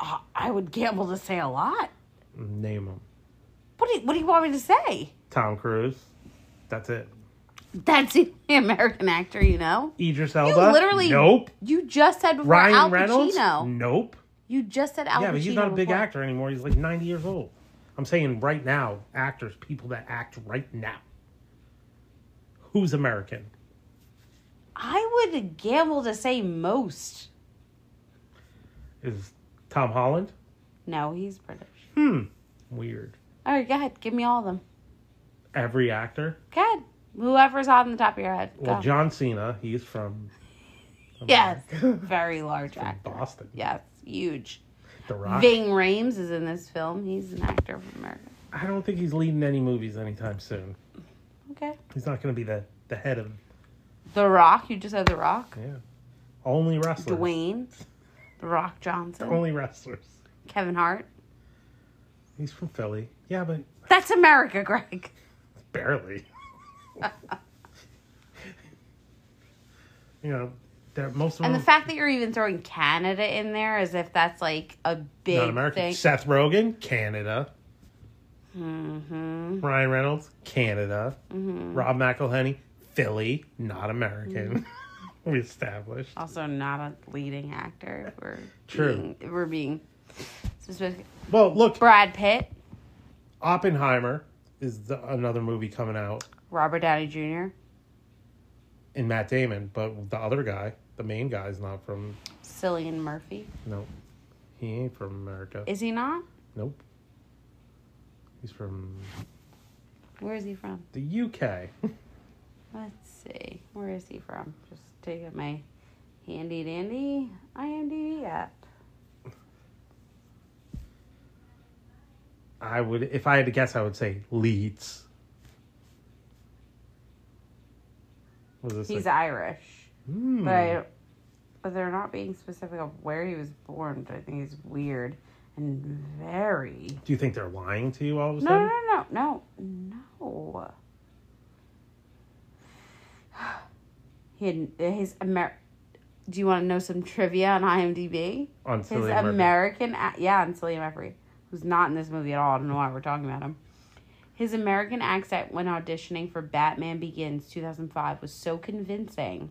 S2: Uh, I would gamble to say a lot.
S1: Name them.
S2: What do you, What do you want me to say?
S1: Tom Cruise. That's it.
S2: That's the American actor, you know.
S1: Idris
S2: You
S1: Elba.
S2: literally.
S1: Nope.
S2: You just said before
S1: Ryan
S2: Al
S1: Reynolds.
S2: Pacino.
S1: Nope.
S2: You just said Al Pacino.
S1: yeah, but he's not a big
S2: before.
S1: actor anymore. He's like ninety years old. I'm saying right now, actors, people that act right now. Who's American?
S2: I would gamble to say most.
S1: Is Tom Holland?
S2: No, he's British.
S1: Hmm. Weird.
S2: All right, go ahead. Give me all of them.
S1: Every actor.
S2: Go ahead. Whoever's on the top of your head. Go.
S1: Well, John Cena, he's from
S2: yes. Very large actor.
S1: Boston.
S2: Yes. Huge.
S1: The Rock.
S2: Ving Rhames is in this film. He's an actor from America.
S1: I don't think he's leading any movies anytime soon.
S2: Okay.
S1: He's not going to be the, the head of
S2: The Rock. You just said The Rock.
S1: yeah. Only wrestlers.
S2: Dwayne. The Rock Johnson.
S1: Only wrestlers.
S2: Kevin Hart.
S1: He's from Philly. Yeah, but
S2: That's America, Greg.
S1: barely. you know, they're, most of
S2: And the
S1: them
S2: fact that you're even throwing Canada in there as if that's like a big
S1: not American.
S2: thing.
S1: Seth Rogen, Canada.
S2: Mm-hmm.
S1: Ryan Reynolds, Canada.
S2: Mm-hmm.
S1: Rob McElhenney, Philly, not American.
S2: Mm-hmm.
S1: we established.
S2: Also, not a leading actor. We're
S1: True.
S2: Being, we're being specific.
S1: Well, look,
S2: Brad Pitt,
S1: Oppenheimer is the, another movie coming out,
S2: Robert Downey Jr.,
S1: and Matt Damon, but the other guy, the main guy, is not from.
S2: Cillian Murphy.
S1: Nope, he ain't from America.
S2: Is he not?
S1: nope. He's from
S2: Where is he from?
S1: the UK.
S2: Let's see. Where is he from? Just taking my handy dandy IMDb app.
S1: I would, if I had to guess, I would say Leeds. Was this
S2: He's
S1: like-
S2: Irish,
S1: Hmm.
S2: but I, but they're not being specific of where he was born. Which I think is weird and very.
S1: Do you think they're lying to you all of a
S2: No,
S1: sudden?
S2: no, no, no, no. He had, his Amer. Do you want to know some trivia on IMDb?
S1: On
S2: His
S1: Cillian Murphy.
S2: American, ac- yeah, and Cillian Murphy, who's not in this movie at all. I don't know why we're talking about him. His American accent when auditioning for Batman Begins 2005 was so convincing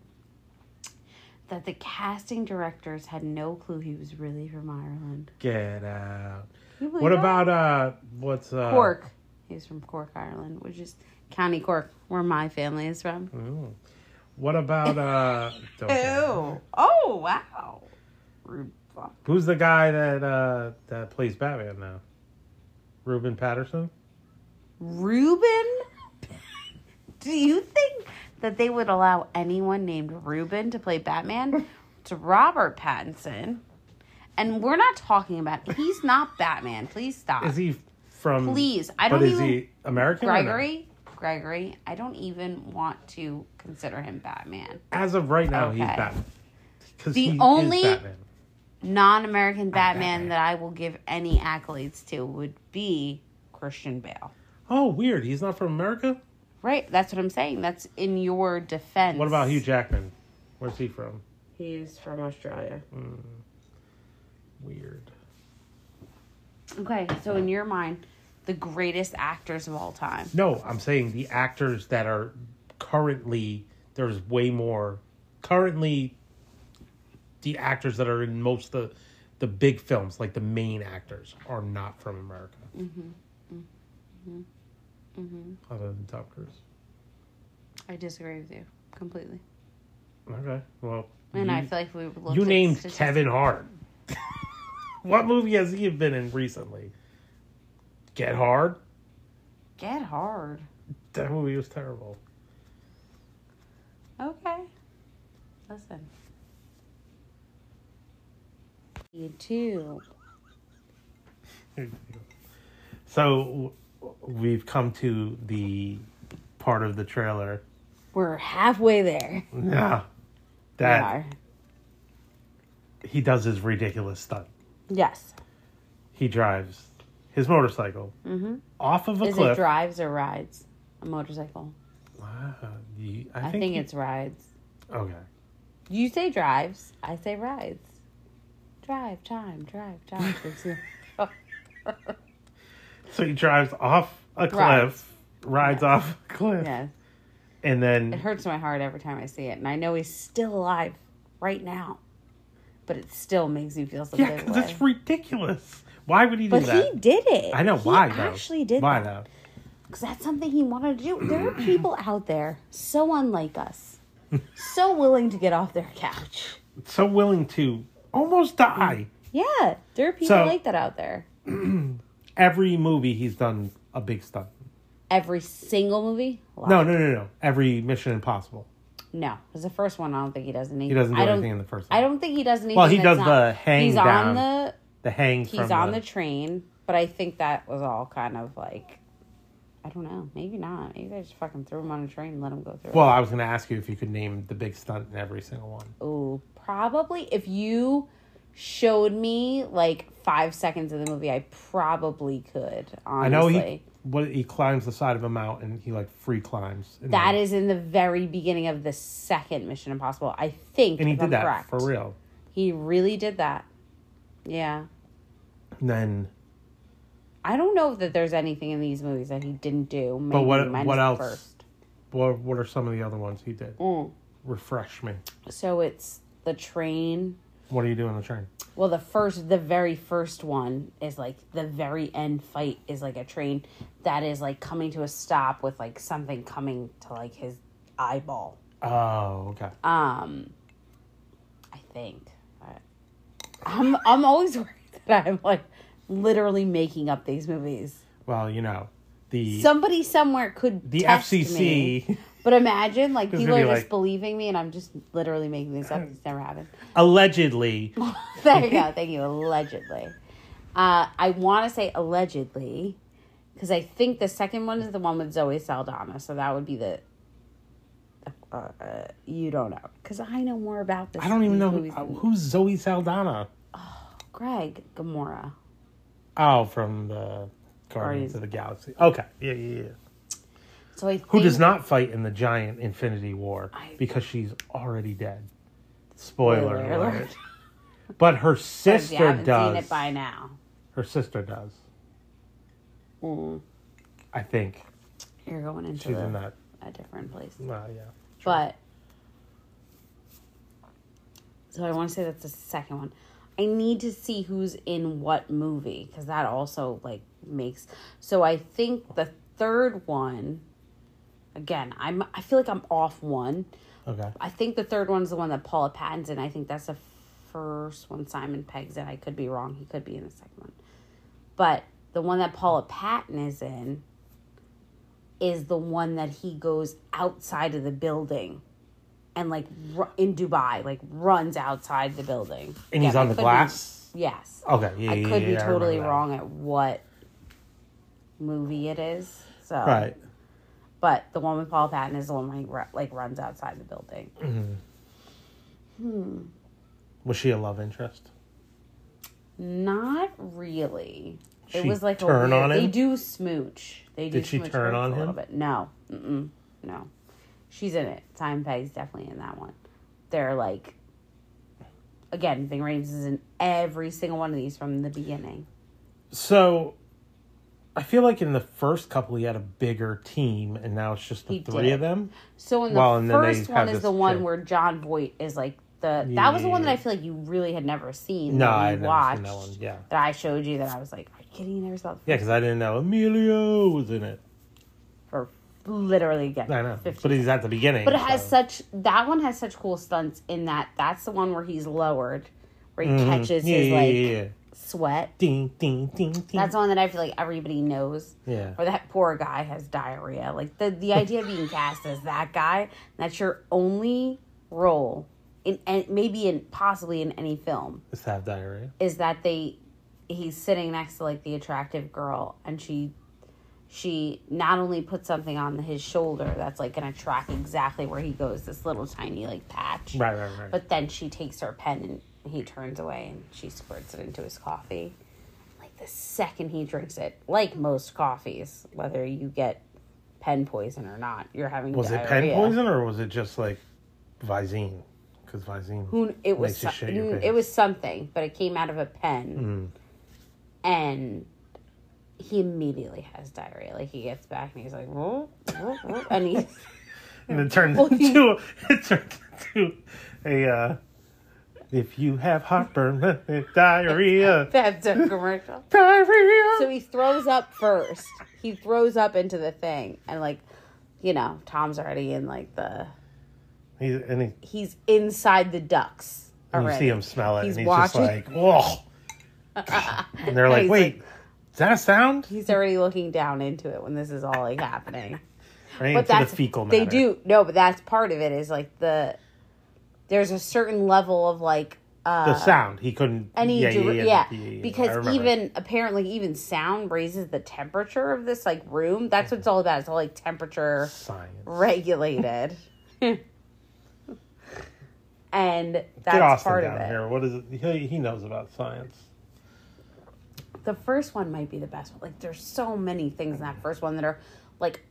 S2: that the casting directors had no clue he was really from Ireland.
S1: Get out.
S2: Can you believe
S1: What
S2: that?
S1: about uh? What's uh?
S2: Cork? He's from Cork, Ireland, which is County Cork, where my family is from.
S1: Ooh. What about uh? don't care.
S2: Oh, oh wow! Rude fuck.
S1: Who's the guy that uh that plays Batman now? Ruben Patterson.
S2: Reuben? Do you think that they would allow anyone named Reuben to play Batman? It's Robert Pattinson. And we're not talking about he's not Batman. Please stop.
S1: Is he from?
S2: Please. I
S1: but
S2: don't
S1: is
S2: even
S1: he American? or no?
S2: Gregory? Gregory, I don't even want to consider him Batman.
S1: As of right now, he's
S2: Okay.
S1: Batman. 'Cause
S2: The
S1: he is
S2: only-
S1: Batman.
S2: Non-American
S1: Batman.
S2: Batman that I will give any accolades to would be Christian Bale.
S1: Oh, weird. He's not from America.
S2: Right? That's what I'm saying. That's in your defense.
S1: What about Hugh Jackman? Where's he from?
S2: He's from Australia.
S1: Weird.
S2: Okay, so in your mind, the greatest actors of all time.
S1: No, I'm saying the actors that are currently there's way more currently the actors that are in most of the the big films like the main actors are not from America. Mm-hmm. Mm-hmm. Other than Tom Cruise.
S2: I disagree with you completely.
S1: Okay. Well,
S2: And
S1: you,
S2: I feel like we looked
S1: you
S2: at
S1: named
S2: statistics-
S1: Kevin Hart. what movie has he been in recently? Get Hard.
S2: Get hard.
S1: That movie was terrible.
S2: Okay. Listen. You too.
S1: So w- we've come to the part of the trailer.
S2: We're halfway there.
S1: Yeah.
S2: We
S1: That
S2: are.
S1: he does his ridiculous stunt.
S2: Yes.
S1: He drives his motorcycle off of a
S2: Is Mm-hmm. it
S1: cliff.
S2: drives or rides? A motorcycle.
S1: Wow, you- I
S2: I
S1: think,
S2: think
S1: you-
S2: it's rides.
S1: okay.
S2: You say drives, I say rides. Drive time, drive time. It's a-
S1: So he drives off a
S2: Rides.
S1: cliff, rides off a cliff,
S2: yes.
S1: and
S2: It
S1: then
S2: hurts my heart every time I see it, and I know he's still alive right now, but it still makes me feel some
S1: yeah,
S2: yeah,
S1: because
S2: way.
S1: it's ridiculous. Why would he do
S2: But
S1: that?
S2: he did it.
S1: I know
S2: He
S1: why though.
S2: Actually, did
S1: why
S2: that.
S1: though?
S2: because that's something he wanted to do. There are people out there so unlike us, so willing to get off their couch.
S1: So willing to almost die.
S2: Yeah, there are people
S1: So-
S2: like that out there.
S1: Every movie he's done a big stunt.
S2: Every single movie. Lie.
S1: No, no, no, no. Every Mission Impossible.
S2: No, because the first one, I don't think he does anything.
S1: He doesn't do
S2: I don't,
S1: anything in the first
S2: I
S1: one.
S2: don't think he does anything.
S1: Well, he
S2: that's
S1: does
S2: not-
S1: the hang
S2: He's
S1: down.
S2: on the
S1: The hang.
S2: he's
S1: from
S2: on the train, but I think that was all kind of like, I don't know, maybe not. Maybe they just fucking threw him on a train and let him go through.
S1: Well, I was going to ask you if you could name the big stunt in every single one.
S2: Ooh, probably if you showed me like five seconds of the movie, I probably could. Honestly,
S1: I know he what he climbs the side of a mountain. He like free climbs. And
S2: That
S1: then-
S2: is in the very beginning of the second Mission Impossible, I think.
S1: and he
S2: if
S1: did
S2: I'm
S1: that
S2: correct.
S1: for real.
S2: He really did that. Yeah.
S1: And then,
S2: I don't know that there's anything in these movies that he didn't do. Maybe
S1: But what-
S2: minus
S1: what
S2: the
S1: else?
S2: First.
S1: what what are some of the other ones he did?
S2: Mm.
S1: Refresh me.
S2: So it's the train.
S1: What do you do on the train?
S2: Well, the first, the very first one is like the very end fight is like a train that is like coming to a stop with like something coming to like his eyeball.
S1: Oh, okay.
S2: Um, I think. I- I'm I'm always worried that I'm like literally making up these movies.
S1: well, you know, the
S2: Somebody somewhere could
S1: the
S2: test
S1: FCC.
S2: me. But imagine, like,
S1: 'Cause
S2: people are
S1: they'd be
S2: just
S1: like-
S2: believing me, and I'm just literally making this up. It's never happened.
S1: allegedly
S2: there you go. Thank you. Allegedly. Uh, I want to say allegedly, because I think the second one is the one with Zoe Saldana. So that would be the. Uh, uh, you don't know because I know more about this.
S1: I don't even
S2: these
S1: know
S2: movies
S1: who, uh,
S2: than
S1: who's Zoe Saldana.
S2: Greg Gamora.
S1: Oh, from the Guardians
S2: Guardians.
S1: of the Galaxy. Okay, yeah, yeah, yeah.
S2: So I think,
S1: Who does not fight in the giant Infinity War
S2: I-
S1: because she's already dead. Spoiler,
S2: Spoiler
S1: alert.
S2: alert.
S1: But her
S2: If you
S1: sister
S2: haven't
S1: does.
S2: seen it by now,
S1: her sister does.
S2: Mm,
S1: I think
S2: you're going into
S1: she's in
S2: the,
S1: that.
S2: a different place.
S1: Well, yeah.
S2: But so I want to say that's the second one. I need to see who's in what movie because that also like makes. So I think the third one. Again, I'm. I feel like I'm off one.
S1: Okay.
S2: I think the third one's the one that Paula Patton's in. I think that's the first one Simon Pegg's in. I could be wrong. He could be in the second one. But the one that Paula Patton is in is the one that he goes outside of the building and like ru- in Dubai, like runs outside the building.
S1: And he's
S2: Again, I
S1: on the
S2: could be-
S1: glass.
S2: yes.
S1: Okay. Yeah,
S2: I
S1: yeah,
S2: could
S1: yeah,
S2: be
S1: yeah, I
S2: totally
S1: remember that.
S2: wrong at what movie it is. So
S1: Right.
S2: but the one with Paul Patton is the one like ru- like runs outside the building.
S1: Was she a love interest?
S2: Not really. It
S1: She
S2: was like
S1: turn
S2: a weird,
S1: on
S2: They
S1: him?
S2: do smooch. They do
S1: Did she
S2: smooch
S1: turn on
S2: a little
S1: him?
S2: bit. No, Mm-mm. no. She's in it. Simon Pegg's definitely in that one. They're like, again, Ving Rhames is in every single one of these from the beginning.
S1: So, I feel like in the first couple he had a bigger team, and now it's just the
S2: He
S1: three
S2: did.
S1: of them.
S2: So in the
S1: Well, and then they
S2: first
S1: have
S2: one is
S1: this
S2: the one
S1: kid.
S2: where John Voight is like the. That was the one that I feel like you really had never seen.
S1: No,
S2: that
S1: I
S2: we
S1: had never
S2: watched
S1: seen that one. Yeah,
S2: That I showed you that I was like, are you kidding? You never saw the
S1: yeah, because I didn't know Emilio was in it.
S2: for literally again.
S1: I know,
S2: 15
S1: but he's at the beginning.
S2: But it has
S1: so-
S2: such that one has such cool stunts in that that's the one where he's lowered, where he
S1: Mhm.
S2: catches
S1: yeah,
S2: his
S1: yeah,
S2: like
S1: yeah, yeah.
S2: sweat.
S1: ding ding ding ding.
S2: That's the one that I feel like everybody knows.
S1: yeah.
S2: Or that poor guy has diarrhea. Like the the idea of being cast as that guy, that's your only role in and maybe in possibly in any film
S1: Just have diarrhea.
S2: is that they he's sitting next to like the attractive girl and she she not only puts something on his shoulder that's like gonna track exactly where he goes this little tiny like patch
S1: Right, right, right.
S2: but then she takes her pen and he turns away and she squirts it into his coffee like the second he drinks it like most coffees whether you get pen poison or not you're having
S1: was it
S2: diarrhea.
S1: pen poison or was it just like Visine? Because Visine.
S2: Who it was?
S1: Makes you
S2: so-
S1: shit your
S2: mm, it
S1: pants. Hmm.
S2: was something, but it came out of a pen, and he immediately has diarrhea. Like he gets back and he's like, "Whoa, whoa, whoa," and he's
S1: And it turned into it turned into a. Uh, if you have heartburn, diarrhea,
S2: that's a commercial.
S1: diarrhea.
S2: So he throws up first. He throws up into the thing, and like, you know, Tom's already in like the
S1: He, and he,
S2: he's inside the ducks.
S1: and you
S2: Already.
S1: see him smell it,
S2: He's
S1: and he's
S2: watching.
S1: just like, "Whoa!" and they're like,
S2: He's
S1: "Wait, is that a sound?"
S2: He's already looking down into it when this is all like happening.
S1: Right into
S2: but
S1: the
S2: that's
S1: fecal matter.
S2: they do no but that's part of it is like the there's a certain level of like uh
S1: the sound. He couldn't.
S2: any
S1: yeah,
S2: dir-
S1: yeah,
S2: yeah,
S1: yeah, yeah, yeah, I
S2: because
S1: remember.
S2: even apparently even sound raises the temperature of this like room that's what it's all about it's all like temperature
S1: science.
S2: regulated and
S1: Get
S2: that's
S1: Austin
S2: part of
S1: down
S2: it
S1: here. What is it? He, he knows about science.
S2: the first one might be the best one. Like there's so many things in that first one that are like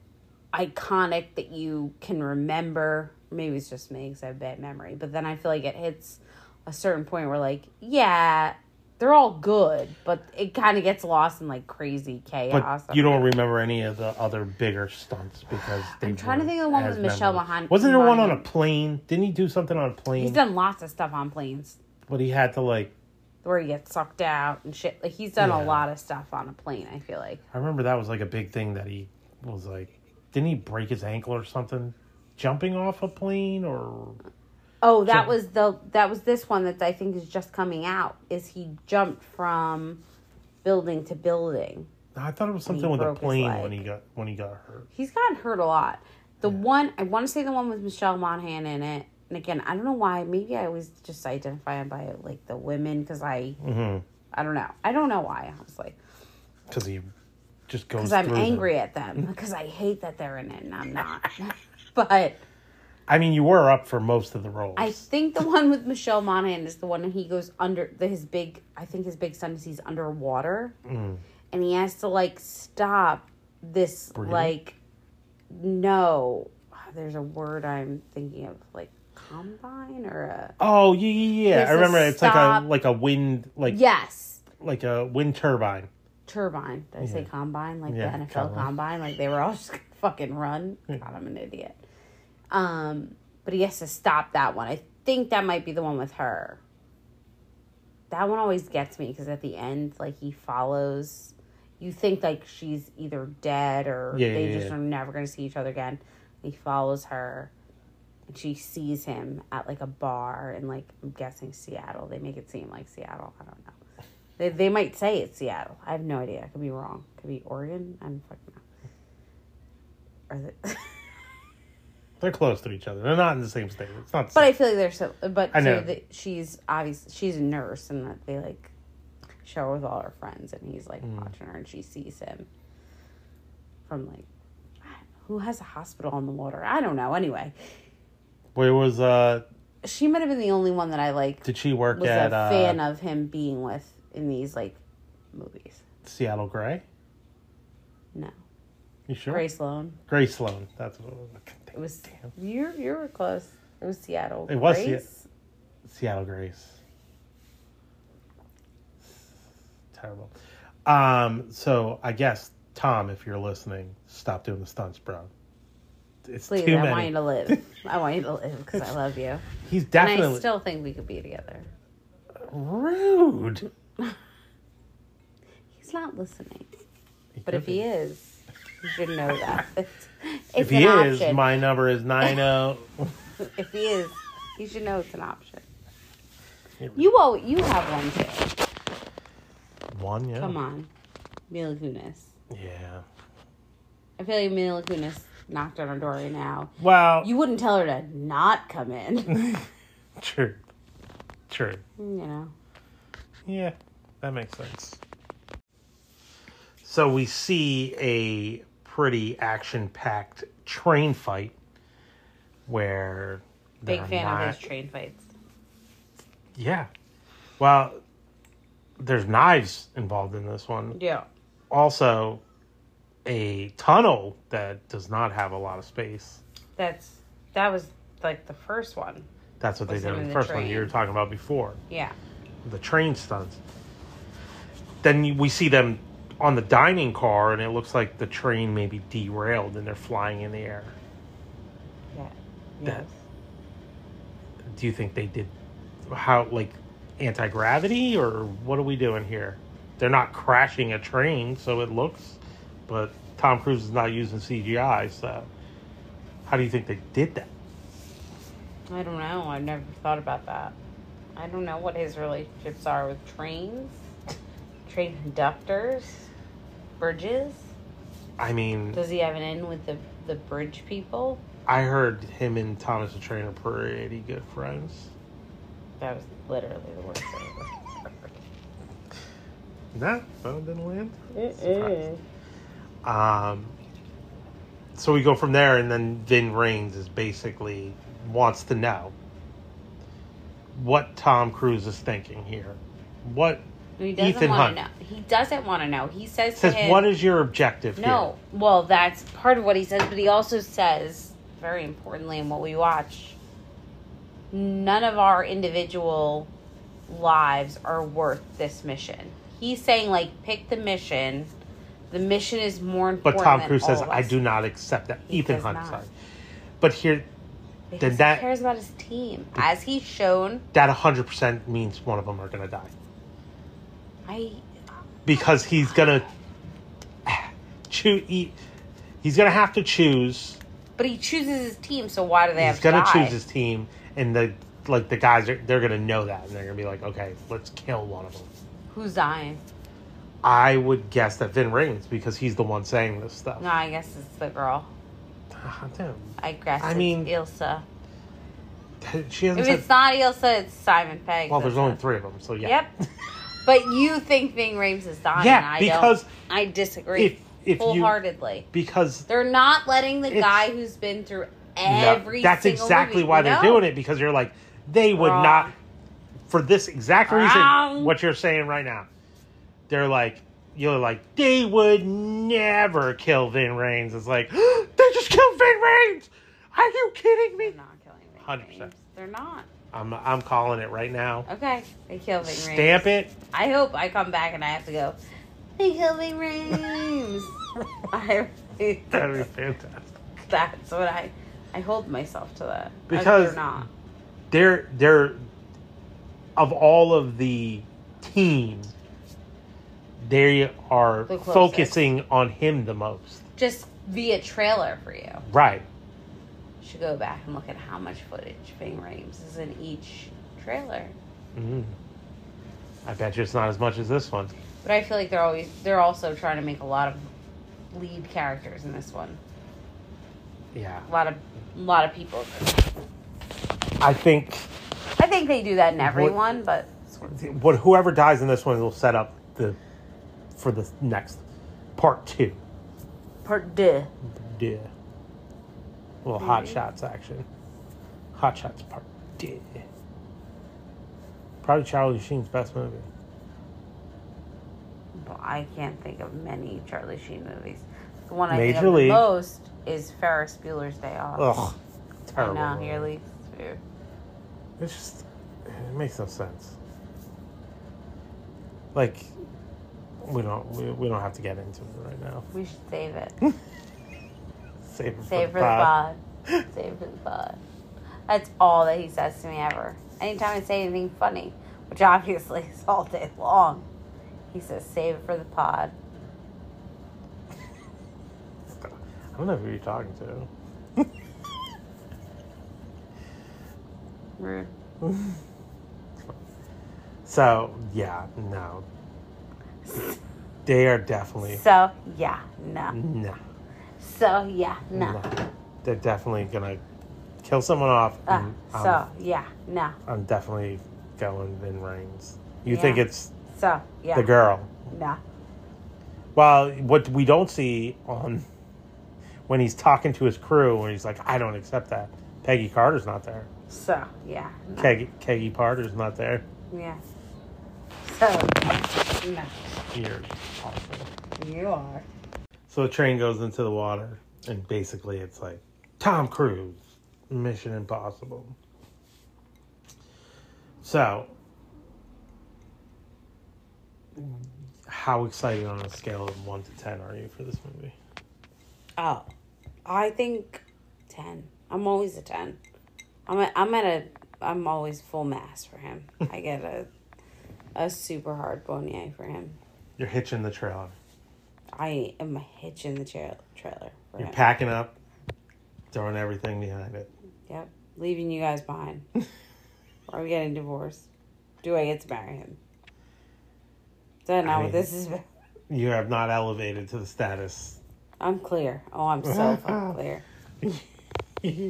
S2: iconic that you can remember. Maybe it's just me because I have bad memory. But then I feel like it hits a certain point where like, yeah, they're all good, but it kind of gets lost in like crazy
S1: But
S2: chaos.
S1: you don't remember any of the other bigger stunts because they
S2: I'm trying to
S1: weren't
S2: think of the one
S1: as
S2: with Michelle
S1: memorable.
S2: Mahan-
S1: Wasn't there one on a
S2: Monaghan.
S1: plane? Didn't he do something on a plane?
S2: He's done lots of stuff on planes
S1: but he had to like.
S2: where he gets sucked out and shit. Like he's done
S1: Yeah.
S2: a lot of stuff on a plane. I feel like
S1: I remember that was like a big thing that he was like. Didn't he break his ankle or something? Jumping off a plane or
S2: Oh, that
S1: Jump.
S2: was the that was this one that I think is just coming out. Is he jumped from building to building?
S1: I thought it was
S2: When he
S1: something with a
S2: broke his
S1: plane
S2: leg.
S1: when he got when he got hurt.
S2: He's gotten hurt a lot. The one I want to say the one with Michelle Monaghan in it. And again, I don't know why. Maybe I always just identify him by like the women because I
S1: Mm-hmm.
S2: I don't know. I don't know why. I was like
S1: Because he just goes.
S2: because I'm
S1: through them.
S2: angry at them because I hate that they're in it and I'm not. but
S1: I mean, you were up for most of the roles.
S2: I think the one with Michelle Monaghan is the one he goes under the, his big. I think his big son is he's underwater,
S1: Mm.
S2: and he has to like stop this
S1: Breathing?
S2: like no. There's a word I'm thinking of like combine or a
S1: oh yeah, yeah, yeah.
S2: There's
S1: I
S2: a
S1: remember. It's like a
S2: stop.
S1: like a wind like
S2: yes
S1: like a wind turbine.
S2: turbine. Did I say combine like
S1: Yeah,
S2: the NFL combine.
S1: combine.
S2: Like they were all just gonna fucking run. God, I'm an idiot. Um, but he has to stop that one. I think that might be the one with her. That one always gets me because at the end, like he follows. You think like she's either dead or
S1: Yeah,
S2: they
S1: yeah,
S2: just
S1: yeah.
S2: are never gonna see each other again. He follows her, and she sees him at like a bar in like I'm guessing Seattle. They make it seem like Seattle. I don't know. They, they might say it's Seattle. I have no idea. I could be wrong. Could be Oregon. I'm fucking. Wrong. Or the,
S1: They're close to each other. They're not in the same state. It's not.
S2: but I feel like they're so. But
S1: I
S2: too,
S1: know.
S2: that she's obviously she's a nurse, and that they like show her with all her friends, and he's like
S1: Mm.
S2: watching her, and she sees him from like who has a hospital on the water. I don't know. Anyway,
S1: where was uh?
S2: she might have been the only one that I like
S1: Did she work
S2: was
S1: at
S2: a
S1: uh,
S2: fan of him being with in these like movies.
S1: Seattle Gray?
S2: No,
S1: You sure?
S2: Grace Sloan.
S1: Gray Sloan. That's what it was.
S2: It was you. You were close. It was Seattle.
S1: It was
S2: Grace?
S1: Seattle Grace. Terrible. Um, so I guess Tom, if you're listening, stop doing the stunts, bro. It's
S2: Please,
S1: too
S2: I
S1: many.
S2: want you to live. I want you to live because I love you,
S1: He's
S2: and I
S1: definitely
S2: still think we could be together.
S1: rude.
S2: He's not listening, but if he is, you should know that. It's,
S1: if
S2: it's
S1: he
S2: an
S1: is,
S2: option.
S1: my number is nine oh zero.
S2: if he is, you should know it's an option. You owe. You have one too.
S1: One, yeah.
S2: Come on, Mila Kunis.
S1: Yeah.
S2: I feel like Mila Kunis knocked on our door right now.
S1: Well,
S2: You wouldn't tell her to not come in.
S1: true, true.
S2: you know.
S1: Yeah, that makes sense. So we see a pretty action packed train fight where.
S2: Big
S1: they're
S2: fan
S1: Uh, not-
S2: of his train fights.
S1: Yeah. Well, there's knives involved in this one.
S2: Yeah.
S1: Also, a tunnel that does not have a lot of space.
S2: That's that was like the first one.
S1: That's what they
S2: Was
S1: did
S2: it
S1: in
S2: in
S1: the
S2: the
S1: first one you
S2: train?
S1: were talking about before.
S2: Yeah.
S1: the train stunts. Then you- we see them on the dining car, and it looks like the train maybe derailed, and they're flying in the air.
S2: Yeah.
S1: That- Do you think they did how like anti gravity, or what are we doing here? They're not crashing a train, so it looks, but Tom Cruise is not using CGI, so how do you think they did that?
S2: I don't know. I've never thought about that. I don't know what his relationships are with trains, train conductors, bridges.
S1: I mean,
S2: Does he have an in with the the bridge people?
S1: I heard him and Thomas the Train are pretty good friends.
S2: That was literally the worst thing I've ever heard.
S1: Nah, phone didn't land. Surprised. Um, so we go from there, and then Vin Rains is basically wants to know what Tom Cruise is thinking here. What
S2: No, he doesn't
S1: Ethan Hunt.
S2: want to know. He doesn't want to know. He says,
S1: says?
S2: to him,
S1: What is your objective?
S2: No. Well, that's part of what he says, but he also says, very importantly, in what we watch, none of our individual lives are worth this mission. He's saying, like, pick the mission. The mission is more
S1: here?
S2: important.
S1: But Tom
S2: than
S1: Cruise
S2: all
S1: says,
S2: of
S1: "I
S2: us."
S1: do not accept that."
S2: He
S1: Ethan
S2: does
S1: Hunt
S2: not.
S1: says, but here
S2: Because he
S1: that-
S2: cares about his team, as he's shown.
S1: that hundred percent means one of them are going to die
S2: I
S1: because he's going to choose. He's going to have to choose
S2: but he chooses his team, so why do they have
S1: he's gonna
S2: to die?
S1: choose his team, and the like the guys are they're gonna know that, and they're gonna be like, okay, let's kill one of them.
S2: Who's dying?
S1: I would guess that Vin Rames because he's the one saying this stuff.
S2: No, I guess it's the girl.
S1: Ah, damn.
S2: I guess
S1: I
S2: I
S1: mean-
S2: mean, Ilsa.
S1: She hasn't
S2: If
S1: said.
S2: it's not Ilsa, it's Simon Pegg.
S1: well, there's
S2: That's
S1: only
S2: it.
S1: three of them, so yeah.
S2: Yep. but you think Ving Rames is dying.
S1: Yeah,
S2: I
S1: because
S2: don't. I disagree
S1: if- if you-
S2: wholeheartedly.
S1: Because
S2: They're not letting the
S1: It's-
S2: guy who's been through
S1: no,
S2: every.
S1: that's
S2: single
S1: exactly
S2: movie.
S1: why they're
S2: No.
S1: doing it because you're like, they would
S2: Wrong.
S1: not, for this exact reason,
S2: Wrong.
S1: what you're saying right now. They're like, you're like, they would never kill Vin Rames. It's like, they just killed Vin Rames! Are you kidding
S2: They're
S1: me?
S2: not killing Ving
S1: 100%.
S2: Rhames. They're not.
S1: I'm, I'm calling it right now.
S2: Okay, they kill Ving Rhames.
S1: Stamp it.
S2: I hope I come back and I have to go. They kill Ving Rhames. I. really-
S1: That'd be fantastic.
S2: That's what I. I hold myself to that. Like,
S1: Because-
S2: they're not.
S1: they're they're of all of the team they are
S2: The closest.
S1: focusing on him the most
S2: Just via trailer for you.
S1: right
S2: should go back and look at how much footage Ving Rhames is in each trailer.
S1: mm. i bet you it's not as much as this one
S2: But I feel like they're always they're also trying to make a lot of lead characters in this one.
S1: yeah
S2: A lot of a lot of people.
S1: i think
S2: I think they do that in everyone, but
S1: what whoever dies in this one will set up the for the next part two
S2: part de.
S1: yeah little hot shots action hot shots part two probably charlie sheen's best movie
S2: Well, I can't think of many Charlie Sheen movies. The one I
S1: Major
S2: think of the
S1: League.
S2: most is Ferris Bueller's Day Off.
S1: Ugh,
S2: I
S1: terrible.
S2: know,
S1: movie.
S2: your league's food.
S1: It's just it makes no sense. Like we don't we, we don't have to get into it right now.
S2: We should save it.
S1: Save it
S2: Save for the pod. Save for the pod. That's all that he says to me ever. Anytime I say anything funny, which obviously is all day long, he says, save it for the pod.
S1: I don't know who you're talking to.
S2: Rude.
S1: So yeah, no. They are definitely
S2: So, yeah, no.
S1: no,
S2: So, yeah, no.
S1: Mm. They're definitely gonna kill someone off.
S2: Uh,
S1: and I'm,
S2: so, yeah, no.
S1: I'm definitely going Vin Rames. You think
S2: Yeah.
S1: it's
S2: So, yeah,
S1: the girl?
S2: no.
S1: Well, what we don't see on when he's talking to his crew, when he's like, "I don't accept that." Peggy Carter's not there.
S2: So, yeah, no.
S1: Keggy, Keggy Carter's not there.
S2: Yeah. So, no.
S1: You're awful.
S2: You are.
S1: So the train goes into the water, and basically it's like Tom Cruise, Mission Impossible. So, how excited on a scale of one to ten are you for this movie?
S2: Oh, I think ten. I'm always a ten. I'm a, I'm at a I'm always full mass for him. I get a a super hard bonier for him.
S1: You're hitching the trailer.
S2: I am hitching the tra- trailer for
S1: You're
S2: him.
S1: packing up, throwing everything behind it.
S2: yep, leaving you guys behind. Are we getting divorced? Do I get to marry him? Is that not
S1: I mean-
S2: what this is? about?
S1: You have not elevated to the status.
S2: I'm clear. Oh, I'm so fucking clear.
S1: yeah.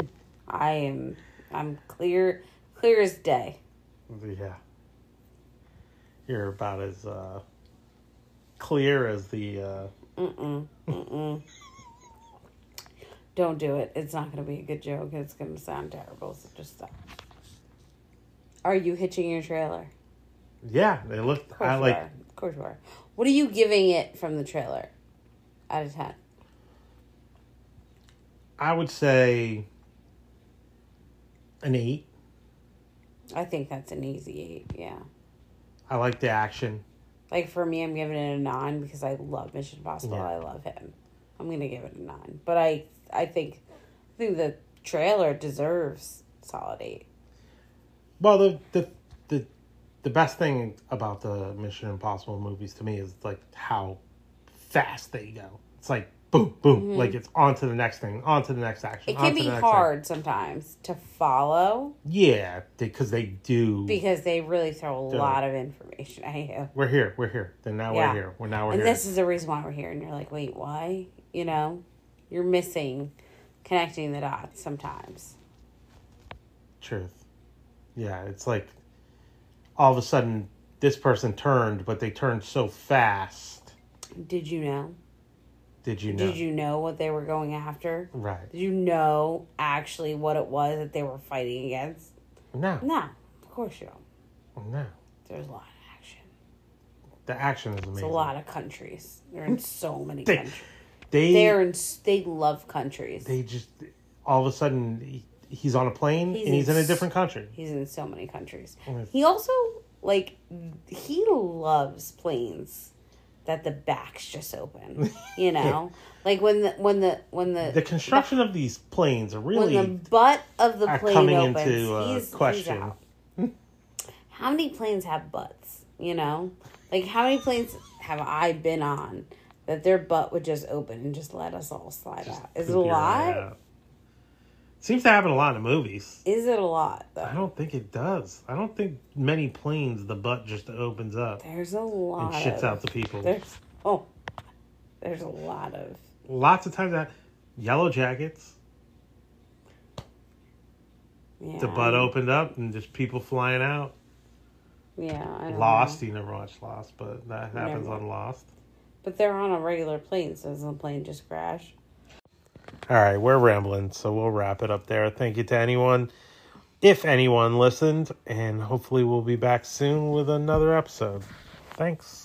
S2: I am. I'm clear. Clear as day.
S1: You're about as uh, clear as the. Uh,
S2: Mm-mm. Mm-mm. Don't do it. It's not going to be a good joke. It's going to sound terrible. So just stop. Are you hitching your trailer?
S1: yeah, they look.
S2: Of course
S1: I
S2: you
S1: like.
S2: are. Of course you are. What are you giving it from the trailer? Out of 10.
S1: I would say an eight.
S2: I think that's an easy 8. Yeah.
S1: I like the action.
S2: Like for me, I'm giving it a 9 because I love Mission Impossible.
S1: Yeah.
S2: I love him. I'm going to give it a 9. But I I think I think the trailer deserves solid 8.
S1: Well, the the the the best thing about the Mission Impossible movies to me is like how fast they go. It's like boom, boom. Like it's on to the next thing, on to the next action.
S2: Mm-hmm. It
S1: on
S2: can
S1: to
S2: be
S1: the next
S2: hard sometimes to follow
S1: Action. Yeah, because they do.
S2: because they really throw a
S1: Duh.
S2: lot of information at you.
S1: we're here. We're here. Then now
S2: Yeah.
S1: we're here. We're now we're
S2: And
S1: here.
S2: this is the reason why we're here. And you're like, wait, why? You know, you're missing connecting the dots sometimes.
S1: Truth. Yeah, it's like all of a sudden this person turned, but they turned so fast.
S2: Did you know?
S1: Did you know?
S2: Did you know what they were going after?
S1: Right.
S2: Did you know actually what it was that they were fighting against?
S1: No.
S2: No, of course you don't.
S1: No.
S2: There's a lot of action.
S1: The action is amazing.
S2: It's a lot of countries. They're in so many
S1: They-
S2: countries.
S1: They
S2: They're in. s- They love countries.
S1: they just all of a sudden he, he's on a plane
S2: He's
S1: and he's in a
S2: ex-
S1: different country.
S2: He's in so many countries.
S1: Mm.
S2: He also like he loves planes that the back's just open. You know, like when the when the when the,
S1: The construction of these planes are
S2: when
S1: really
S2: the butt of the
S1: are
S2: plane
S1: coming
S2: opens,
S1: into uh,
S2: he's,
S1: question.
S2: he's out. How many planes have butts? You know, like how many planes have I been on that their butt would just open and just let us all slide out? Is it a
S1: Figure it
S2: lot?
S1: out. Seems to happen a lot in movies.
S2: Is it a lot
S1: I
S2: though?
S1: don't think it does. I don't think many planes the butt just opens up
S2: There's a
S1: and
S2: lot.
S1: shits
S2: of,
S1: out the people.
S2: There's oh, there's a lot of
S1: Lots of times that Yellow Jackets,
S2: yeah.
S1: the butt opened up and just people flying out.
S2: Yeah, I don't
S1: Lost,
S2: know.
S1: you never watched Lost, but that happens
S2: Mm-hmm. Never.
S1: on Lost.
S2: But they're on a regular plane, so doesn't the plane just crash?
S1: All right, we're rambling, so we'll wrap it up there. Thank you to anyone, if anyone listened, and hopefully we'll be back soon with another episode. Thanks.